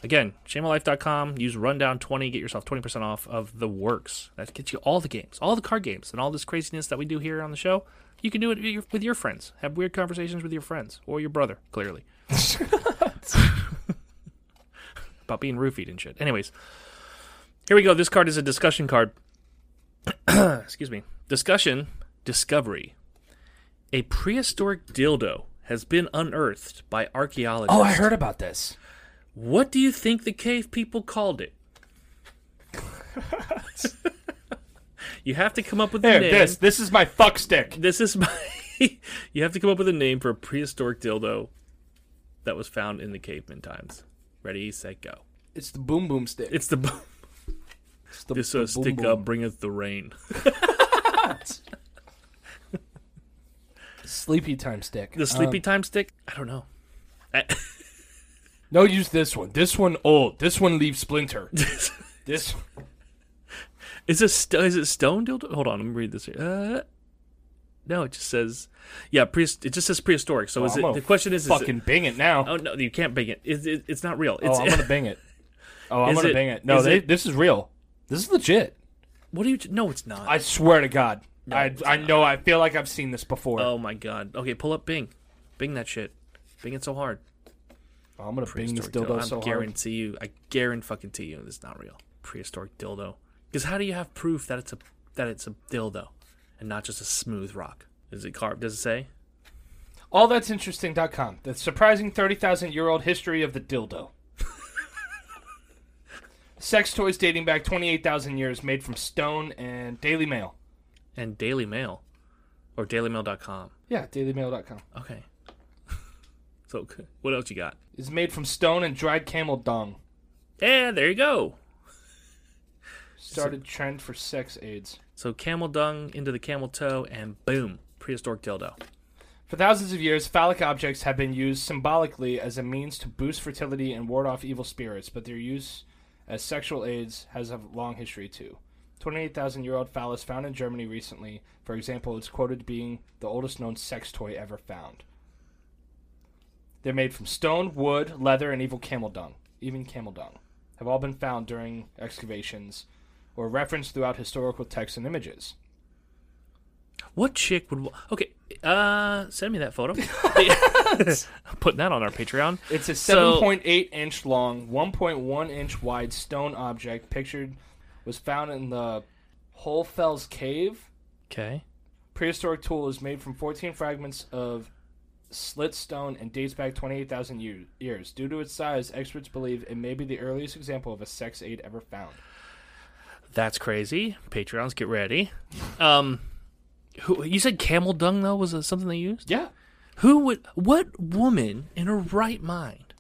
Speaker 1: Again, shameoflife.com. Use rundown20. Get yourself 20% off of the works. That gets you all the games, all the card games, and all this craziness that we do here on the show. You can do it with your- with your friends. Have weird conversations with your friends or your brother, clearly. About being roofied and shit. Anyways, here we go. This card is a discussion card. Excuse me. Discussion, discovery. A prehistoric dildo has been unearthed by archaeologists.
Speaker 2: Oh, I heard about this.
Speaker 1: What do you think the cave people called it? you have to come up with a
Speaker 2: There,
Speaker 1: name.
Speaker 2: this. This is my fuck stick.
Speaker 1: This is my. you have to come up with a name for a prehistoric dildo that was found in the caveman times. Ready, set, go.
Speaker 2: It's the boom boom stick.
Speaker 1: It's the
Speaker 2: It's the,
Speaker 1: this
Speaker 2: the
Speaker 1: uh, stick
Speaker 2: boom
Speaker 1: up
Speaker 2: boom.
Speaker 1: bringeth the rain.
Speaker 2: Sleepy time stick.
Speaker 1: The sleepy time stick. I don't know. Uh,
Speaker 2: Um, no, use this one. This one old. This one leaves splinter. this.
Speaker 1: Is this st- is it stone dildo? Hold on, let me read this here. Uh, no, it just says, yeah, pre- it just says prehistoric. So
Speaker 2: Oh,
Speaker 1: is
Speaker 2: I'm
Speaker 1: it?
Speaker 2: gonna
Speaker 1: The question is, is it-
Speaker 2: Fucking bing it now.
Speaker 1: Oh no, you can't bing it. It's, it, it's not real.
Speaker 2: oh,
Speaker 1: It's,
Speaker 2: I'm gonna bing it. Oh, I'm
Speaker 1: Is
Speaker 2: gonna
Speaker 1: it-
Speaker 2: bing it. No,
Speaker 1: is
Speaker 2: they,
Speaker 1: it-
Speaker 2: this is real. This is legit.
Speaker 1: what do you? No, it's not.
Speaker 2: I swear to God. I
Speaker 1: it's
Speaker 2: I know. I feel like I've seen this before.
Speaker 1: oh my god. Okay, pull up Bing. Bing that shit. Bing it so hard.
Speaker 2: Oh, I'm gonna bing this
Speaker 1: Prehistoric
Speaker 2: dildo
Speaker 1: I
Speaker 2: so hard.
Speaker 1: guarantee you. I guarantee fucking to you. This is not real. Prehistoric dildo. Because how do you have proof that it's a that it's a dildo, and not just a smooth rock? Is it carved? Does it say?
Speaker 2: All that's interesting.com. The surprising 30,000 year old history of the dildo. Sex toys dating back 28,000 years, made from stone and Daily Mail.
Speaker 1: And Daily Mail, or DailyMail.com.
Speaker 2: Yeah, dailymail.com.
Speaker 1: Okay. so okay. what else you got?
Speaker 2: Is made from stone and dried camel dung.
Speaker 1: Yeah, there you go.
Speaker 2: Started trend for sex aids.
Speaker 1: So camel dung into the camel toe, and boom, prehistoric dildo.
Speaker 2: For thousands of years, phallic objects have been used symbolically as a means to boost fertility and ward off evil spirits, but their use as sexual aids has a long history too. 28,000 year old phallus found in Germany recently, for example, is quoted being the oldest known sex toy ever found. They're made from stone, wood, leather, and evil camel dung. Even camel dung have all been found during excavations or referenced throughout historical texts and images.
Speaker 1: What chick would? wa- Okay, uh, send me that photo. I'm putting that on our Patreon.
Speaker 2: It's a
Speaker 1: So-
Speaker 2: 7.8 inch long, 1.1 inch wide stone object pictured was found in the Holfels Cave.
Speaker 1: Okay.
Speaker 2: Prehistoric tool is made from 14 fragments of slit stone and dates back 28,000 year- years. Due to its size, experts believe it may be the earliest example of a sex aid ever found.
Speaker 1: That's crazy. Patreons, get ready. Um, who you said camel dung though was uh, something they used?
Speaker 2: Yeah.
Speaker 1: Who would? What woman in her right mind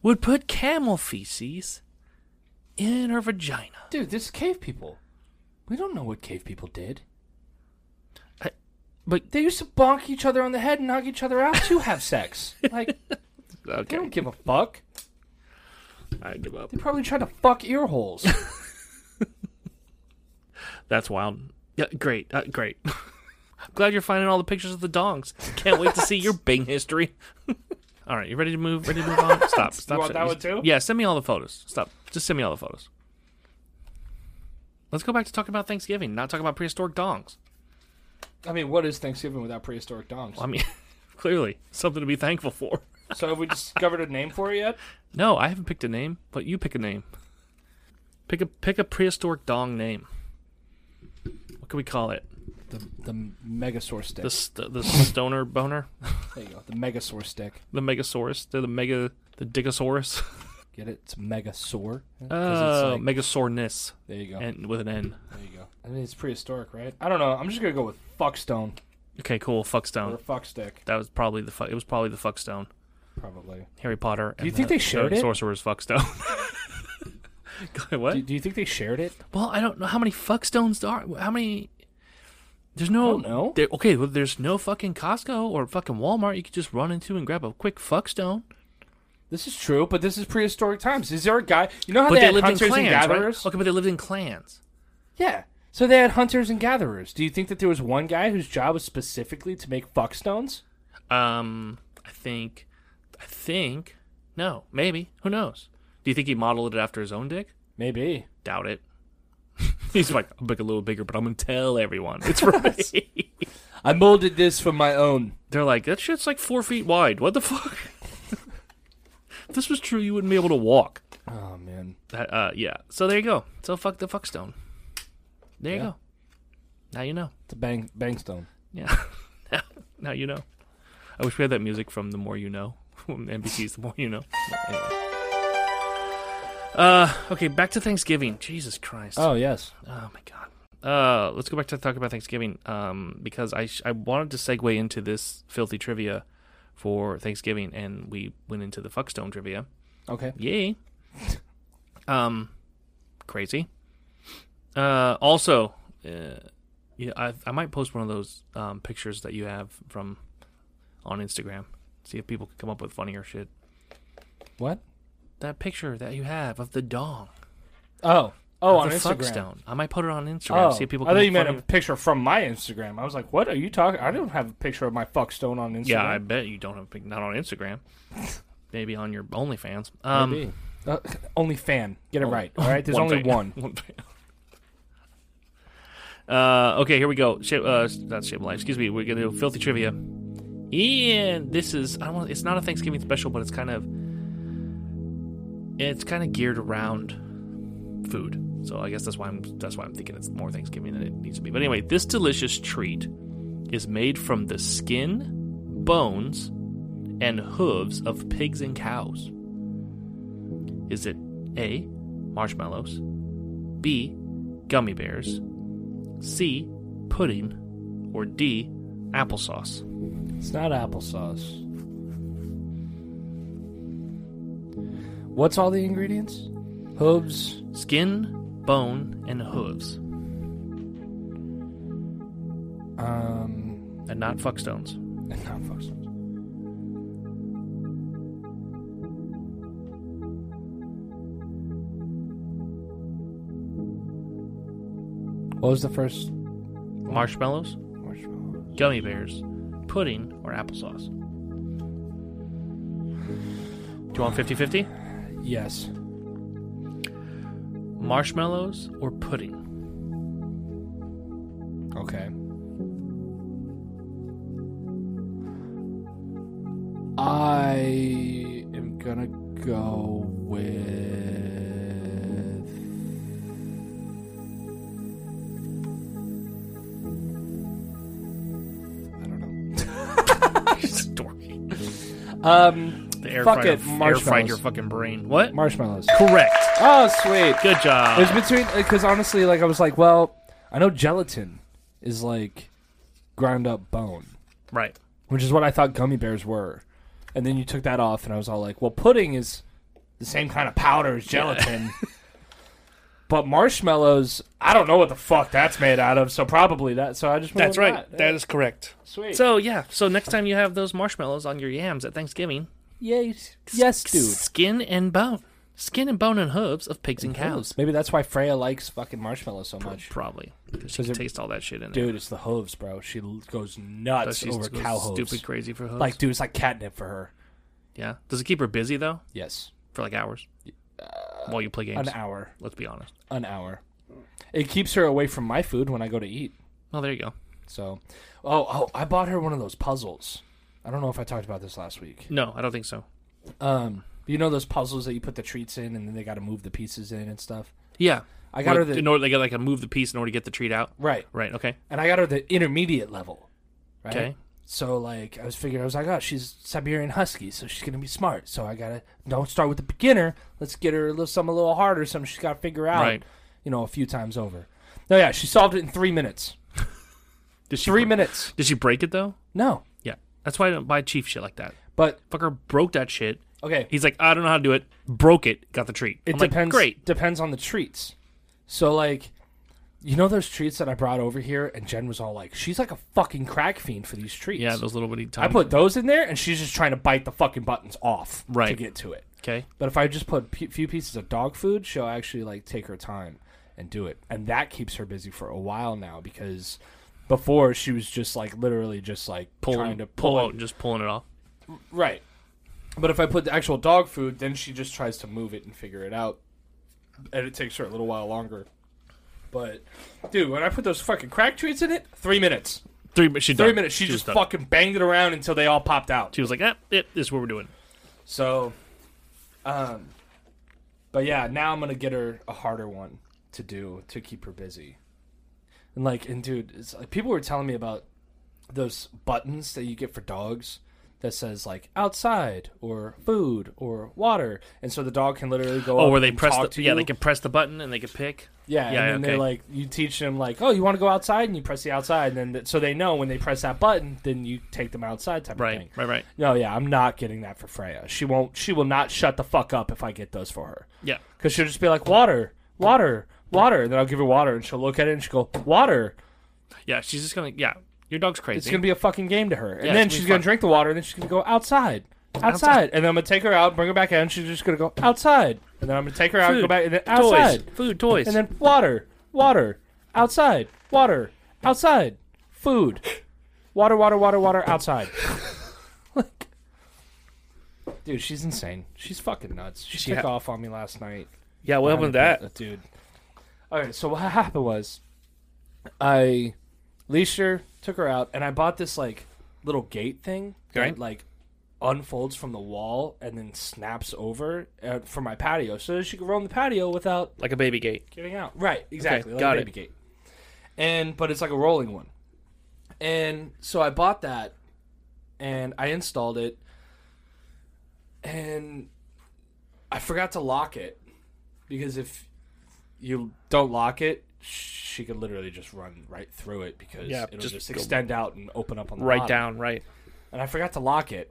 Speaker 1: would put camel feces in her vagina?
Speaker 2: Dude, this is cave people. We don't know what cave people did.
Speaker 1: I- but-
Speaker 2: they used to bonk each other on the head and knock each other out to have sex. Like, they
Speaker 1: Okay,
Speaker 2: don't give a fuck.
Speaker 1: I give up.
Speaker 2: They probably tried to fuck ear holes.
Speaker 1: That's wild. Yeah, great, uh, great. I'm glad you're finding all the pictures of the dongs. Can't wait to see your Bing history. all right, you ready to move? Ready to move on? Stop. Stop.
Speaker 2: want that
Speaker 1: sending-
Speaker 2: one too?
Speaker 1: Yeah, send me all the photos. Stop. Just send me all the photos. Let's go back to talking about Thanksgiving, not talking about prehistoric dongs.
Speaker 2: I mean, what is Thanksgiving without prehistoric dongs?
Speaker 1: I mean, clearly something to be thankful for.
Speaker 2: so have we discovered a name for it yet?
Speaker 1: No, I haven't picked a name, but you pick a name. Pick a pick a prehistoric dong name. What can we call it?
Speaker 2: The the Megasaur stick.
Speaker 1: The st- the stoner boner,
Speaker 2: There you go. The Megasaur stick.
Speaker 1: the megasaurus, the, the mega the digosaurus.
Speaker 2: Get it? It's Megasaur. 'Cause
Speaker 1: Oh,
Speaker 2: it's like-
Speaker 1: megasaurness
Speaker 2: there you go.
Speaker 1: and with an N.
Speaker 2: there you go. I mean, it's prehistoric, right? I don't know. I'm just gonna go with fuckstone
Speaker 1: Okay, cool.
Speaker 2: or
Speaker 1: Fuckstone.
Speaker 2: fuckstick,
Speaker 1: That was probably the fu- it was probably the fuckstone.
Speaker 2: probably.
Speaker 1: Harry Potter. Do
Speaker 2: you think they shared it?
Speaker 1: Sorcerer's fuckstone. Go ahead, what?
Speaker 2: Do, do you think they shared it?
Speaker 1: Well, I don't know how many fuckstones there are. How many? There's no.
Speaker 2: don't know.
Speaker 1: there- okay, well, there's no fucking Costco or fucking Walmart you could just run into and grab a quick fuckstone.
Speaker 2: This is true, but this is prehistoric times. Is there a guy? You know how
Speaker 1: But
Speaker 2: they,
Speaker 1: they
Speaker 2: had
Speaker 1: lived in
Speaker 2: hunters and
Speaker 1: clans, right?
Speaker 2: gatherers?
Speaker 1: Okay, but they lived in clans.
Speaker 2: Yeah. So they had hunters and gatherers. Do you think that there was one guy whose job was specifically to make fuckstones?
Speaker 1: Um, I think, I think, no, maybe. Who knows? Do you think he modeled it after his own dick?
Speaker 2: Maybe.
Speaker 1: Doubt it. He's like, I'll make it a little bigger, but I'm gonna tell everyone it's right.
Speaker 2: I molded this for my own.
Speaker 1: They're like, that shit's like four feet wide. What the fuck? if this was true, you wouldn't be able to walk.
Speaker 2: Oh man.
Speaker 1: That, uh, yeah. So there you go. So fuck the fuckstone. There you
Speaker 2: Yeah.
Speaker 1: go. Now you know.
Speaker 2: It's a bang bang stone.
Speaker 1: Yeah. now you know. I wish we had that music from The More You Know. From NBC's The More You Know. Anyway. Uh, okay, back to Thanksgiving. Jesus Christ.
Speaker 2: Oh yes.
Speaker 1: Oh my god. Uh, let's go back to talk about Thanksgiving. Um, because I sh- I wanted to segue into this filthy trivia for Thanksgiving, and we went into the fuckstone trivia.
Speaker 2: Okay.
Speaker 1: Yay. Um, crazy. Uh, also, uh, yeah, I I might post one of those um pictures that you have from on Instagram. See if people can come up with funnier shit.
Speaker 2: What?
Speaker 1: That picture that you have of the dong,
Speaker 2: Oh. Oh,
Speaker 1: of
Speaker 2: on
Speaker 1: the
Speaker 2: Instagram.
Speaker 1: fuckstone. I might put it on Instagram.
Speaker 2: Oh,
Speaker 1: See if people.
Speaker 2: I
Speaker 1: come
Speaker 2: thought
Speaker 1: up
Speaker 2: you
Speaker 1: with
Speaker 2: meant
Speaker 1: funnier-
Speaker 2: a picture from my Instagram. I was like, "What are you talking? I don't have a picture of my fuckstone on Instagram."
Speaker 1: Yeah, I bet you don't have a pic- not on Instagram. Maybe on your OnlyFans. Um,
Speaker 2: Maybe. Uh, only fan. Get it right. All right. There's
Speaker 1: one
Speaker 2: only
Speaker 1: fan.
Speaker 2: one.
Speaker 1: fan. Uh, okay, here we go. Shape, uh, not shape of life. Excuse me. We're gonna do filthy trivia, and this is I don't. Want, it's not a Thanksgiving special, but it's kind of it's kind of geared around food. So I guess that's why I'm that's why I'm thinking it's more Thanksgiving than it needs to be. But anyway, this delicious treat is made from the skin, bones, and hooves of pigs and cows. Is it A, marshmallows, B, gummy bears, C, pudding, or D, applesauce?
Speaker 2: It's not applesauce. What's all the ingredients? Hooves.
Speaker 1: Skin, bone, and hooves,
Speaker 2: Um.
Speaker 1: and not fuckstones.
Speaker 2: And not fuckstones. What was the first
Speaker 1: Marshmallows,
Speaker 2: marshmallow?
Speaker 1: gummy bears, pudding, or applesauce? Do you want 50 50?
Speaker 2: Yes.
Speaker 1: marshmallows or pudding?
Speaker 2: Okay. I am gonna go with. I don't
Speaker 1: Story.
Speaker 2: know. Um,
Speaker 1: The air
Speaker 2: Fuck
Speaker 1: fryer,
Speaker 2: it,
Speaker 1: air fried
Speaker 2: marshmallows.
Speaker 1: your fucking brain. What?
Speaker 2: marshmallows.
Speaker 1: Correct.
Speaker 2: Oh, sweet.
Speaker 1: Good job.
Speaker 2: It was between because honestly, like I was like, well, I know gelatin is like ground up bone,
Speaker 1: right.
Speaker 2: which is what I thought gummy bears were, and then you took that off, and I was all like, well, pudding is the same kind of powder as gelatin, but marshmallows, I don't know what the fuck that's made out of, so probably that. So I just went
Speaker 1: That's
Speaker 2: with
Speaker 1: right.
Speaker 2: That,
Speaker 1: That is correct.
Speaker 2: sweet.
Speaker 1: So yeah. So next time you have those marshmallows on your yams at Thanksgiving,
Speaker 2: yes, yes, dude.
Speaker 1: skin and bone, skin and bone and hooves of pigs and cows.
Speaker 2: Maybe that's why Freya likes fucking marshmallows so much.
Speaker 1: Probably. 'Cause She
Speaker 2: Does
Speaker 1: can
Speaker 2: it-
Speaker 1: taste all that shit in there.
Speaker 2: Dude, it's the hooves, bro. She l- goes
Speaker 1: Does
Speaker 2: nuts
Speaker 1: she
Speaker 2: over
Speaker 1: go
Speaker 2: cow hooves.
Speaker 1: Stupid crazy for hooves.
Speaker 2: Like, dude, it's like catnip for her.
Speaker 1: yeah. Does it keep her busy though
Speaker 2: Yes.
Speaker 1: for like hours while you play games?
Speaker 2: uh, An hour.
Speaker 1: Let's be honest.
Speaker 2: An hour. It keeps her away from my food when I go to eat.
Speaker 1: Well, there you go.
Speaker 2: So, oh, oh, I bought her one of those puzzles. I don't know if I talked about this last week.
Speaker 1: No, I don't think so.
Speaker 2: Um, you know those puzzles that you put the treats in and then they got to move the pieces in and stuff.
Speaker 1: Yeah.
Speaker 2: I got her the
Speaker 1: in order they got like a move the piece in order to get the treat out.
Speaker 2: right,
Speaker 1: Right. Okay.
Speaker 2: and I got her the intermediate level. Right?
Speaker 1: Okay.
Speaker 2: So like I was figuring I was like, oh, she's Siberian Husky, so she's gonna be smart. So I gotta don't start with the beginner. Let's get her a little something a little harder, something she's gotta figure out.
Speaker 1: Right.
Speaker 2: You know, a few times over. No, yeah, she solved it in three minutes.
Speaker 1: Did she
Speaker 2: Three
Speaker 1: br-
Speaker 2: minutes.
Speaker 1: Did she break it though?
Speaker 2: No,
Speaker 1: Yeah. That's why I don't buy cheap shit like that.
Speaker 2: but
Speaker 1: Fucker broke that shit.
Speaker 2: okay.
Speaker 1: He's like, I don't know how to do it. Broke it. Got the treat.
Speaker 2: It
Speaker 1: I'm like,
Speaker 2: depends.
Speaker 1: Great.
Speaker 2: Depends on the treats. So like, you know those treats that I brought over here, and Jen was all like, she's like a fucking crack fiend for these treats.
Speaker 1: Yeah. Those little bitty. Tiny,
Speaker 2: I put those in there, and she's just trying to bite the fucking buttons off to
Speaker 1: Right.
Speaker 2: get to it.
Speaker 1: Okay.
Speaker 2: But if I just put a p- few pieces of dog food, she'll actually like take her time and do it, and that keeps her busy for a while now because before she was just like literally just like
Speaker 1: Pulling.
Speaker 2: trying to
Speaker 1: pull,
Speaker 2: pull,
Speaker 1: out. Just pulling it off.
Speaker 2: right. But if I put the actual dog food, then she just tries to move it and figure it out, and it takes her a little while longer. But dude, when I put those fucking crack treats in it, three minutes,
Speaker 1: Three. mi- She
Speaker 2: three
Speaker 1: done.
Speaker 2: minutes, she, just
Speaker 1: was done.
Speaker 2: fucking banged it around until they all popped out.
Speaker 1: She was like, ah, it, this is what we're doing.
Speaker 2: So, um, but yeah, now I'm gonna get her a harder one to do to keep her busy. And like, and dude, it's like people were telling me about those buttons that you get for dogs that says like outside or food or water, and so the dog can literally go.
Speaker 1: Oh,
Speaker 2: up
Speaker 1: where they
Speaker 2: and
Speaker 1: press
Speaker 2: talk
Speaker 1: the
Speaker 2: to
Speaker 1: yeah,
Speaker 2: you.
Speaker 1: they can press the button and they can pick.
Speaker 2: yeah,
Speaker 1: yeah,
Speaker 2: and then they
Speaker 1: okay.
Speaker 2: like you teach them like, oh, you want to go outside, and you press the outside, and then th- so they know when they press that button, then you take them outside type of
Speaker 1: Right,
Speaker 2: thing.
Speaker 1: right, right.
Speaker 2: No, Oh, yeah, I'm not getting that for Freya. She won't. She will not shut the fuck up if I get those for her.
Speaker 1: Yeah,
Speaker 2: Cause she'll just be like, water, water, water. And then I'll give her water, and she'll look at it and she'll go, water.
Speaker 1: yeah. She's just gonna yeah. Your dog's crazy.
Speaker 2: It's gonna be a fucking game to her. And
Speaker 1: Yeah,
Speaker 2: then
Speaker 1: it's gonna
Speaker 2: she's
Speaker 1: be
Speaker 2: gonna
Speaker 1: fun.
Speaker 2: drink the water, and then she's gonna go outside, outside.
Speaker 1: Outside.
Speaker 2: And then I'm gonna take her out, bring her back in. and She's just gonna go outside, and then I'm gonna take her out,
Speaker 1: Food,
Speaker 2: go back, and then
Speaker 1: toys,
Speaker 2: outside,
Speaker 1: food, toys,
Speaker 2: and then water, water, outside, water, outside, food, water, water, water, water, outside. like, dude, she's insane. She's fucking nuts. She,
Speaker 1: She
Speaker 2: took
Speaker 1: ha-
Speaker 2: off on me last night.
Speaker 1: yeah. What happened to that?
Speaker 2: dude? All right, so what happened was, I leashed her, took her out, and I bought this like little gate thing
Speaker 1: Okay.
Speaker 2: that like unfolds from the wall and then snaps over uh, for my patio, so that she could roam the patio without
Speaker 1: Like a baby gate.
Speaker 2: getting out. Right, exactly. like
Speaker 1: got
Speaker 2: a baby gate. And but it's like a rolling one. And so I bought that and I installed it and I forgot to lock it because if you don't lock it, she could literally just run right through it because
Speaker 1: Yeah,
Speaker 2: it'll
Speaker 1: just
Speaker 2: just,
Speaker 1: go
Speaker 2: extend out and open up on the
Speaker 1: Right
Speaker 2: bottom
Speaker 1: down. Right.
Speaker 2: and I forgot to lock it.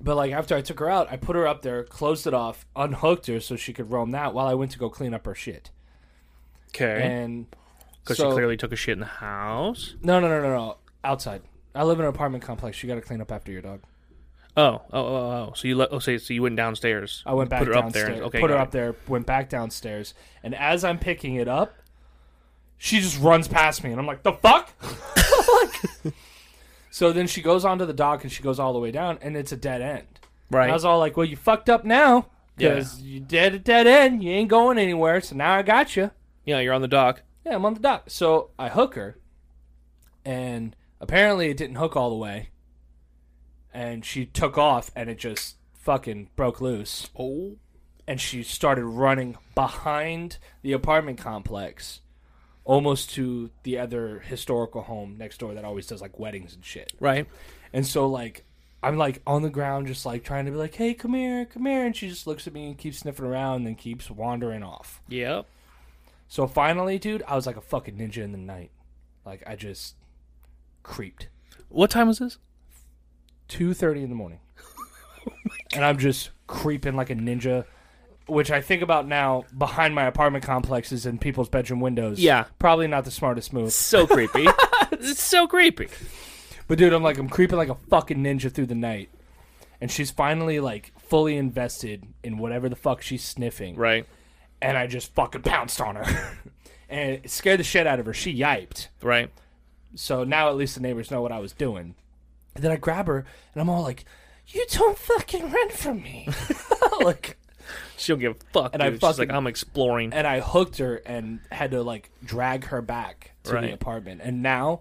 Speaker 2: But like after I took her out, I put her up there, closed it off, unhooked her so she could roam that while I went to go clean up her shit.
Speaker 1: Okay.
Speaker 2: And
Speaker 1: Because
Speaker 2: so-
Speaker 1: Eh? she clearly took a shit in the house.
Speaker 2: no, no, no, no, no, outside. I live in an apartment complex. You got to clean up after your dog.
Speaker 1: Oh, oh, oh, oh. So you let. Oh, so, so you went downstairs.
Speaker 2: I went back
Speaker 1: Put her up
Speaker 2: downstairs.
Speaker 1: there. Okay.
Speaker 2: put her
Speaker 1: got
Speaker 2: up
Speaker 1: it.
Speaker 2: there. Went back downstairs, and as I'm picking it up, she just runs past me, and I'm like, "The fuck!" Like- so then she goes onto the dock, and she goes all the way down, and it's a dead end. And I
Speaker 1: Right.
Speaker 2: was all like, "Well, you fucked up now."
Speaker 3: Yeah.
Speaker 2: because you dead at dead end. You ain't going anywhere. So now I got you.
Speaker 3: Yeah, you're on the dock.
Speaker 2: Yeah, I'm on the dock. So I hook her, and apparently it didn't hook all the way, and she took off, and it just fucking broke loose,
Speaker 3: Oh.
Speaker 2: and she started running behind the apartment complex, almost to the other historical home next door that always does like weddings and shit.
Speaker 3: Right.
Speaker 2: And so like I'm like on the ground just like trying to be like, "Hey, come here, come here." And she just looks at me and keeps sniffing around and then keeps wandering off.
Speaker 3: Yep.
Speaker 2: So finally, dude, I was like a fucking ninja in the night. Like I just creeped.
Speaker 1: What time was this?
Speaker 2: 2:30 in the morning.
Speaker 3: Oh
Speaker 2: and I'm just creeping like a ninja, which I think about now behind my apartment complexes and people's bedroom windows.
Speaker 3: Yeah.
Speaker 2: Probably not the smartest move.
Speaker 3: So creepy. it's so creepy.
Speaker 2: But dude, I'm like I'm creeping like a fucking ninja through the night. And she's finally like fully invested in whatever the fuck she's sniffing.
Speaker 3: Right.
Speaker 2: And I just fucking pounced on her. and it scared the shit out of her. She yiped.
Speaker 3: Right.
Speaker 2: So now at least the neighbors know what I was doing. And then I grab her and I'm all like, You don't fucking run from me. like
Speaker 1: She don't give a fuck.
Speaker 2: And
Speaker 1: dude.
Speaker 2: I
Speaker 1: She's like,
Speaker 2: fucking-
Speaker 1: I'm exploring.
Speaker 2: and I hooked her and had to like drag her back to
Speaker 1: Right.
Speaker 2: the apartment. And now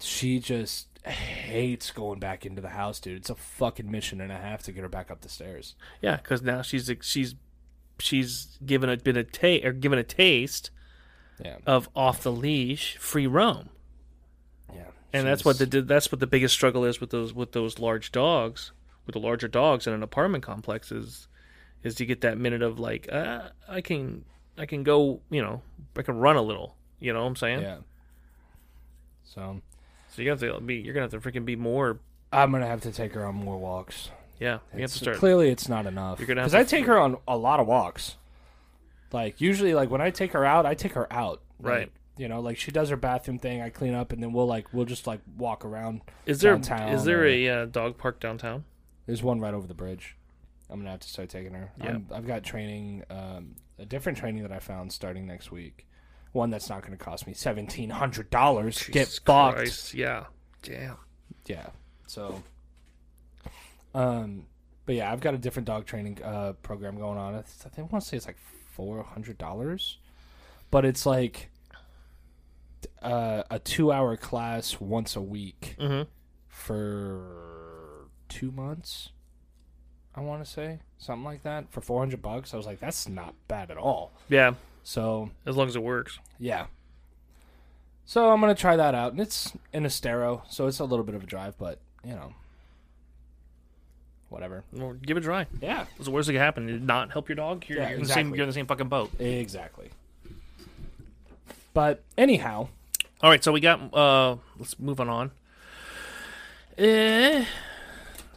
Speaker 2: she just hates going back into the house, dude. It's a fucking mission and a half to get her back up the stairs.
Speaker 1: Yeah, because now she's she's she's given a been a ta- or given a taste
Speaker 2: Yeah,
Speaker 1: of off the leash free roam,
Speaker 2: yeah.
Speaker 1: and that's what the that's what the biggest struggle is with those with those large dogs with the larger dogs in an apartment complex is is you get that minute of like uh, I can I can go you know I can run a little you know what I'm saying
Speaker 2: yeah. So
Speaker 1: so you have to be you're gonna have to freaking be more
Speaker 2: I'm gonna have to take her on more walks.
Speaker 1: yeah you have to
Speaker 2: It's-
Speaker 1: start
Speaker 2: Clearly, it's not enough.
Speaker 1: You're gonna have
Speaker 2: because I
Speaker 1: to-
Speaker 2: take her on a lot of walks. Like usually, like when I take her out, I take her out. Like,
Speaker 1: Right.
Speaker 2: you know, like she does her bathroom thing. I clean up, and then we'll like we'll just like walk around.
Speaker 1: is there is
Speaker 2: downtown
Speaker 1: there
Speaker 2: or-
Speaker 1: a uh, dog park downtown
Speaker 2: There's one right over the bridge. I'm gonna have to start taking her.
Speaker 1: Yeah.
Speaker 2: I'm- I've got training, um, a different training that I found starting next week. One that's not gonna cost me seventeen hundred dollars. Get
Speaker 1: Jesus
Speaker 2: fucked.
Speaker 1: Christ, yeah damn
Speaker 2: Yeah. So. Um, but yeah, I've got a different dog training uh program going on. I th- I think I want to say it's like four hundred dollars, but it's like uh, a two-hour class once a week
Speaker 1: Mhm.
Speaker 2: for two months. I want to say something like that for four hundred bucks. I was like, that's not bad at all.
Speaker 1: yeah
Speaker 2: So
Speaker 1: as long as it works
Speaker 2: yeah. So I'm gonna try that out, and it's in Estero, so it's a little bit of a drive, but you know, whatever.
Speaker 1: Well, give it a try.
Speaker 2: Yeah,
Speaker 1: What's the worst that could happen? You Not help your dog? You're,
Speaker 2: Yeah,
Speaker 1: you're, in the same,
Speaker 2: exactly.
Speaker 1: you're in the same fucking boat.
Speaker 2: exactly. But anyhow,
Speaker 1: All right, so we got. uh Let's move on. on. Eh,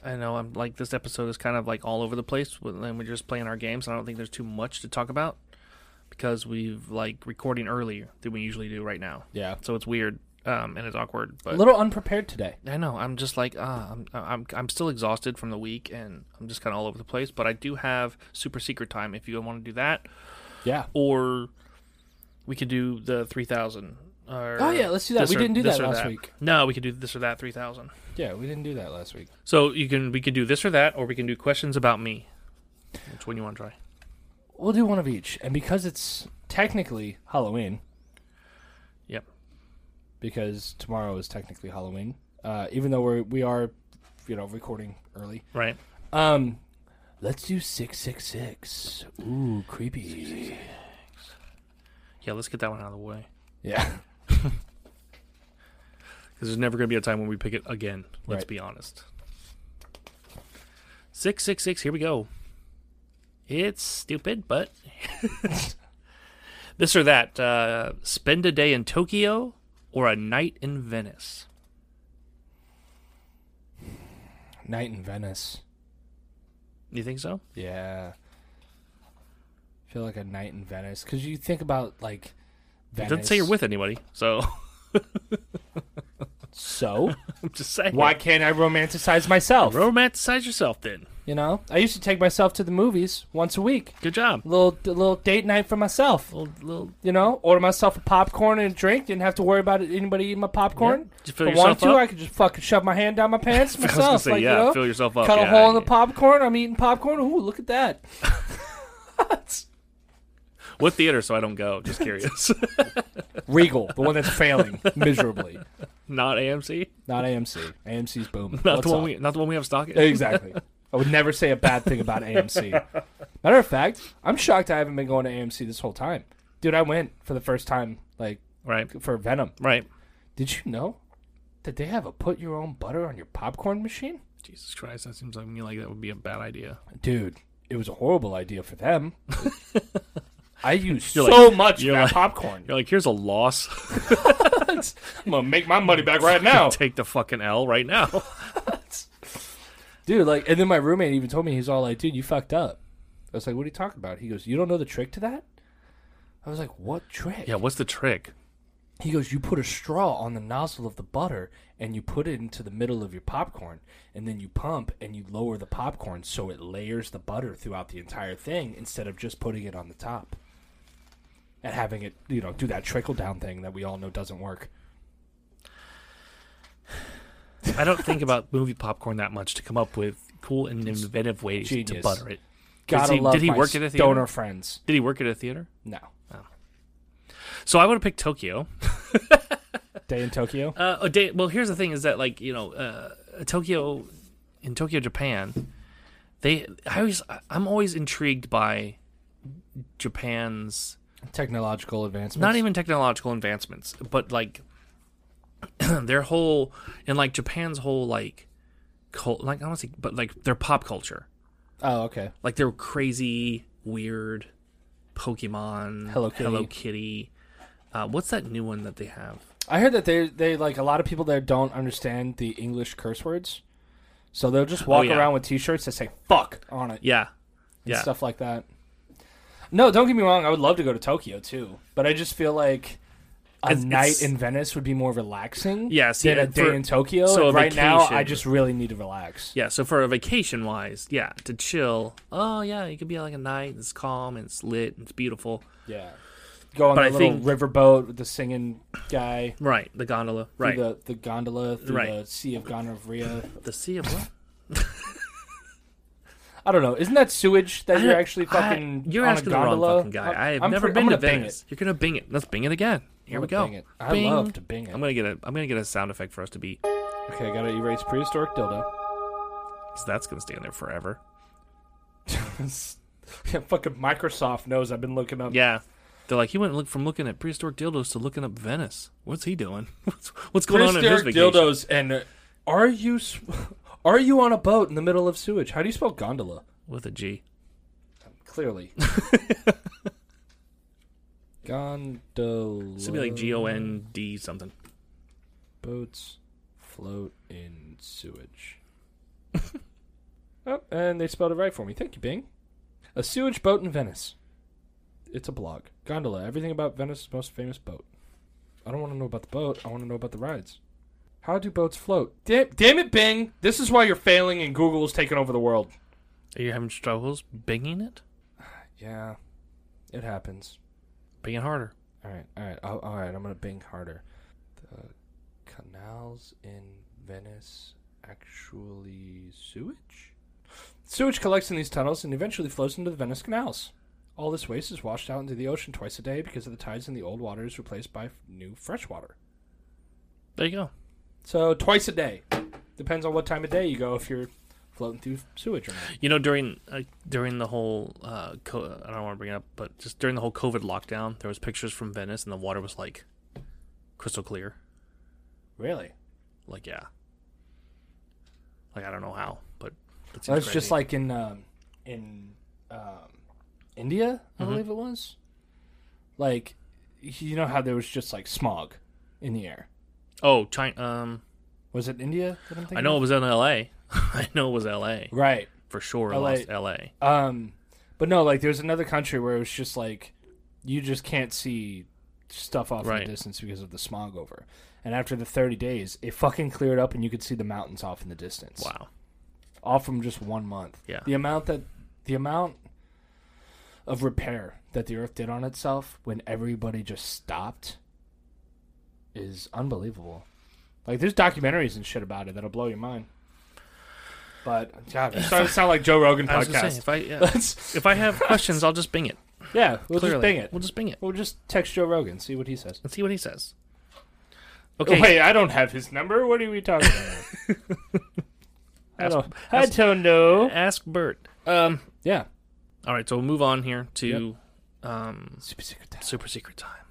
Speaker 1: I know I'm like this episode is kind of like all over the place, with- and we're just playing our games. And I don't think there's too much to talk about because we've like recording earlier than we usually do right now.
Speaker 2: yeah,
Speaker 1: So it's weird um, and it's awkward.
Speaker 2: a
Speaker 1: But
Speaker 2: little unprepared today.
Speaker 1: I know. I'm just like, ah, I'm, I'm, I'm still exhausted from the week, and I'm just kind of all over the place. But I do have super secret time if you want to do that,
Speaker 2: Yeah.
Speaker 1: or we could do the three thousand.
Speaker 2: Oh yeah, let's do that. We didn't do that last week.
Speaker 1: No, we could do this or that three thousand.
Speaker 2: Yeah, we didn't do that last week.
Speaker 1: So you can we can do this or that, or we can do questions about me. Which one you want to try?
Speaker 2: We'll do one of each, and because it's technically Halloween,
Speaker 1: Yep.
Speaker 2: because tomorrow is technically Halloween, uh, even though we're we are, you know, recording early.
Speaker 1: Right.
Speaker 2: Um, let's do six six six. Ooh, creepy.
Speaker 1: Yeah. Let's get that one out of the way
Speaker 2: Yeah,
Speaker 1: because there's never going to be a time when we pick it again. Let's
Speaker 2: Right.
Speaker 1: be honest. Six six six. Here we go. It's stupid, but this or that. Uh, spend a day in Tokyo or a night in Venice.
Speaker 2: night in Venice.
Speaker 1: You think so?
Speaker 2: Yeah, I feel like a night in Venice because you think about like Venice.
Speaker 1: It doesn't say you're with anybody, so
Speaker 2: So
Speaker 1: I'm just saying.
Speaker 2: why can't I romanticize myself?
Speaker 1: Romanticize yourself then.
Speaker 2: You know, I used to take myself to the movies once a week.
Speaker 1: Good job.
Speaker 2: Little little date night for myself.
Speaker 1: Little, little,
Speaker 2: You know, order myself a popcorn and a drink. Didn't have to worry about anybody eating my popcorn.
Speaker 1: Yeah. Just fill
Speaker 2: if I wanted
Speaker 1: yourself
Speaker 2: to,
Speaker 1: up.
Speaker 2: I could just fucking shove my hand down my pants
Speaker 1: I was
Speaker 2: myself.
Speaker 1: gonna say,
Speaker 2: like,
Speaker 1: yeah,
Speaker 2: you know,
Speaker 1: fill yourself up.
Speaker 2: cut
Speaker 1: yeah,
Speaker 2: a hole in the
Speaker 1: yeah.
Speaker 2: popcorn. I'm eating popcorn. Ooh, look at that.
Speaker 1: What theater? So I don't go. Just curious.
Speaker 2: Regal, the one that's failing miserably.
Speaker 1: not AMC.
Speaker 2: Not AMC. AMC's booming.
Speaker 1: Not
Speaker 2: What's
Speaker 1: the one
Speaker 2: up?
Speaker 1: we. Not the one we have stock. in?
Speaker 2: Exactly. I would never say a bad thing about AMC. Matter of fact, I'm shocked I haven't been going to AMC this whole time. Dude, I went for the first time, like
Speaker 1: Right.
Speaker 2: for Venom.
Speaker 1: Right.
Speaker 2: Did you know that they have a put your own butter on your popcorn machine?
Speaker 1: Jesus Christ, that seems like me like that would be a bad idea.
Speaker 2: Dude, it was a horrible idea for them. I use so
Speaker 1: You're
Speaker 2: much of
Speaker 1: you're
Speaker 2: that
Speaker 1: like-
Speaker 2: popcorn.
Speaker 1: You're like, here's a loss.
Speaker 2: I'm gonna make my money back right now.
Speaker 1: Take the fucking L right now.
Speaker 2: Dude, like and then my roommate even told me he's all like, dude, you fucked up. I was like, What are you talking about? He goes, You don't know the trick to that? I was like, What trick?
Speaker 1: yeah. What's the trick?
Speaker 2: He goes, You put a straw on the nozzle of the butter and you put it into the middle of your popcorn. And then you pump and you lower the popcorn so it layers the butter throughout the entire thing instead of just putting it on the top and having it, you know, do that trickle down thing that we all know doesn't work.
Speaker 1: I don't think about movie popcorn that much to come up with cool and inventive ways to
Speaker 2: Genius.
Speaker 1: butter it.
Speaker 2: Gotta
Speaker 1: he-
Speaker 2: love
Speaker 1: did he
Speaker 2: my
Speaker 1: work at a theater?
Speaker 2: stoner friends.
Speaker 1: Did he work at a theater?
Speaker 2: No.
Speaker 1: So I would have picked Tokyo.
Speaker 2: Day in Tokyo?
Speaker 1: Uh, a day, well, here's the thing: is that like you know, uh, Tokyo, in Tokyo, Japan, they I always I'm always intrigued by Japan's
Speaker 2: Technological advancements.
Speaker 1: not even technological advancements, but like their whole and like Japan's whole like cult, like I don't say, but like their pop culture,
Speaker 2: Oh, okay.
Speaker 1: like their crazy, weird Pokemon,
Speaker 2: Hello Kitty.
Speaker 1: Hello Kitty. Uh, what's that new one that they have?
Speaker 2: I heard that they they like a lot of people there don't understand the English curse words, so they'll just walk
Speaker 1: Oh, yeah.
Speaker 2: around with T-shirts that say "fuck" on it
Speaker 1: Yeah,
Speaker 2: and
Speaker 1: yeah.
Speaker 2: stuff like that. No, don't get me wrong. I would love to go to Tokyo too, but I just feel like a
Speaker 1: It's-
Speaker 2: night
Speaker 1: it's-
Speaker 2: in Venice would be more relaxing.
Speaker 1: Yeah, see,
Speaker 2: than a
Speaker 1: and
Speaker 2: day
Speaker 1: for-
Speaker 2: in Tokyo.
Speaker 1: so
Speaker 2: So
Speaker 1: a
Speaker 2: right now,
Speaker 1: vacation-
Speaker 2: I just really need to relax.
Speaker 1: Yeah, so for a vacation wise, yeah, to chill. Oh yeah, it could be like a night. It's calm. And it's lit. And it's beautiful.
Speaker 2: Yeah, go on
Speaker 1: But
Speaker 2: the
Speaker 1: I
Speaker 2: little
Speaker 1: think-
Speaker 2: riverboat with the singing guy.
Speaker 1: Right, the gondola.
Speaker 2: through
Speaker 1: Right, the...
Speaker 2: The, the gondola through
Speaker 1: Right.
Speaker 2: the Sea of Gonorrhea.
Speaker 1: sea of what?
Speaker 2: I don't know. Isn't that sewage that
Speaker 1: I
Speaker 2: you're
Speaker 1: don't-
Speaker 2: actually
Speaker 1: I-
Speaker 2: fucking
Speaker 1: you're
Speaker 2: on
Speaker 1: asking
Speaker 2: a
Speaker 1: the
Speaker 2: gondola?
Speaker 1: wrong fucking guy. I have
Speaker 2: I'm
Speaker 1: never
Speaker 2: fr-
Speaker 1: been
Speaker 2: I'm
Speaker 1: to
Speaker 2: gonna bing
Speaker 1: Venice. You're gonna bing it. Let's bing it again. Here
Speaker 2: I'm
Speaker 1: we go.
Speaker 2: gonna bing it. I love to bing it.
Speaker 1: I'm gonna get a. I'm gonna get a sound effect for us to beat.
Speaker 2: it. Okay, I gotta erase prehistoric dildo.
Speaker 1: 'cause that's gonna stay in there forever.
Speaker 2: yeah, fucking Microsoft knows I've been looking up.
Speaker 1: Yeah. They're like he went look from looking at prehistoric dildos to looking up Venice. What's he doing? What's, what's going on in his
Speaker 2: prehistoric
Speaker 1: vacation?
Speaker 2: dildos and uh, are you s- are you on a boat in the middle of sewage? How do you spell gondola?
Speaker 1: With a G.
Speaker 2: Clearly. gondola.
Speaker 1: This would be like G O N D something.
Speaker 2: Boats float in sewage. oh, and they spelled it right for me. Thank you, Bing. A sewage boat in Venice. It's a blog. Gondola. Everything about Venice's most famous boat. I don't want to know about the boat. I want to know about the rides. How do boats float? Damn, damn it, Bing. This is why you're failing and Google is taking over the world.
Speaker 1: Are you having struggles binging it?
Speaker 2: Yeah, it happens.
Speaker 1: Binging harder.
Speaker 2: All right, all right, all, all right. I'm gonna bing harder. The canals in Venice actually sewage. Sewage collects in these tunnels and eventually flows into the Venice canals. All this waste is washed out into the ocean twice a day because of the tides, and the old water is replaced by f- new fresh water.
Speaker 1: There you go.
Speaker 2: So twice a day, depends on what time of day you go if you're floating through sewage or not.
Speaker 1: You know, during uh, during the whole uh, co- I don't want to bring it up, but just during the whole COVID lockdown, there was pictures from Venice, and the water was like crystal clear.
Speaker 2: Really?
Speaker 1: Like yeah, like I don't know how, but
Speaker 2: That was just like in um, in um, India, I
Speaker 1: Mm-hmm.
Speaker 2: believe it was. Like, you know how there was just like smog in the air.
Speaker 1: oh China. Um,
Speaker 2: Was it India? That I'm thinking
Speaker 1: I know it
Speaker 2: of?
Speaker 1: was in L.A. I know it was L.A.
Speaker 2: right.
Speaker 1: for sure. I
Speaker 2: LA.
Speaker 1: lost L.A.
Speaker 2: Um, but no, like there's another country where it was just like you just can't see stuff off
Speaker 1: Right.
Speaker 2: in the distance because of the smog over. And after the 30 days, it fucking cleared up and you could see the mountains off in the distance.
Speaker 1: Wow,
Speaker 2: off from just one month.
Speaker 1: Yeah.
Speaker 2: The amount that the amount of repair that the Earth did on itself when everybody just stopped is unbelievable. Like there's documentaries and shit about it that'll blow your mind. But God, it started to sound like Joe Rogan
Speaker 1: I was gonna
Speaker 2: podcast.
Speaker 1: say, if I yeah,
Speaker 2: Let's
Speaker 1: if I have questions, I'll just bing it.
Speaker 2: yeah, we'll
Speaker 1: Clearly,
Speaker 2: just bing it.
Speaker 1: We'll just bing it
Speaker 2: We'll just text Joe Rogan, see what he says.
Speaker 1: and see what he says. Okay,
Speaker 2: Oh, Wait, I don't have his number. What are we talking about? I don't. I
Speaker 1: ask-
Speaker 2: don't know.
Speaker 1: ask Bert. Um,
Speaker 2: Yeah.
Speaker 1: all right, so we'll move on here to um,
Speaker 2: Super secret time.
Speaker 1: super secret time.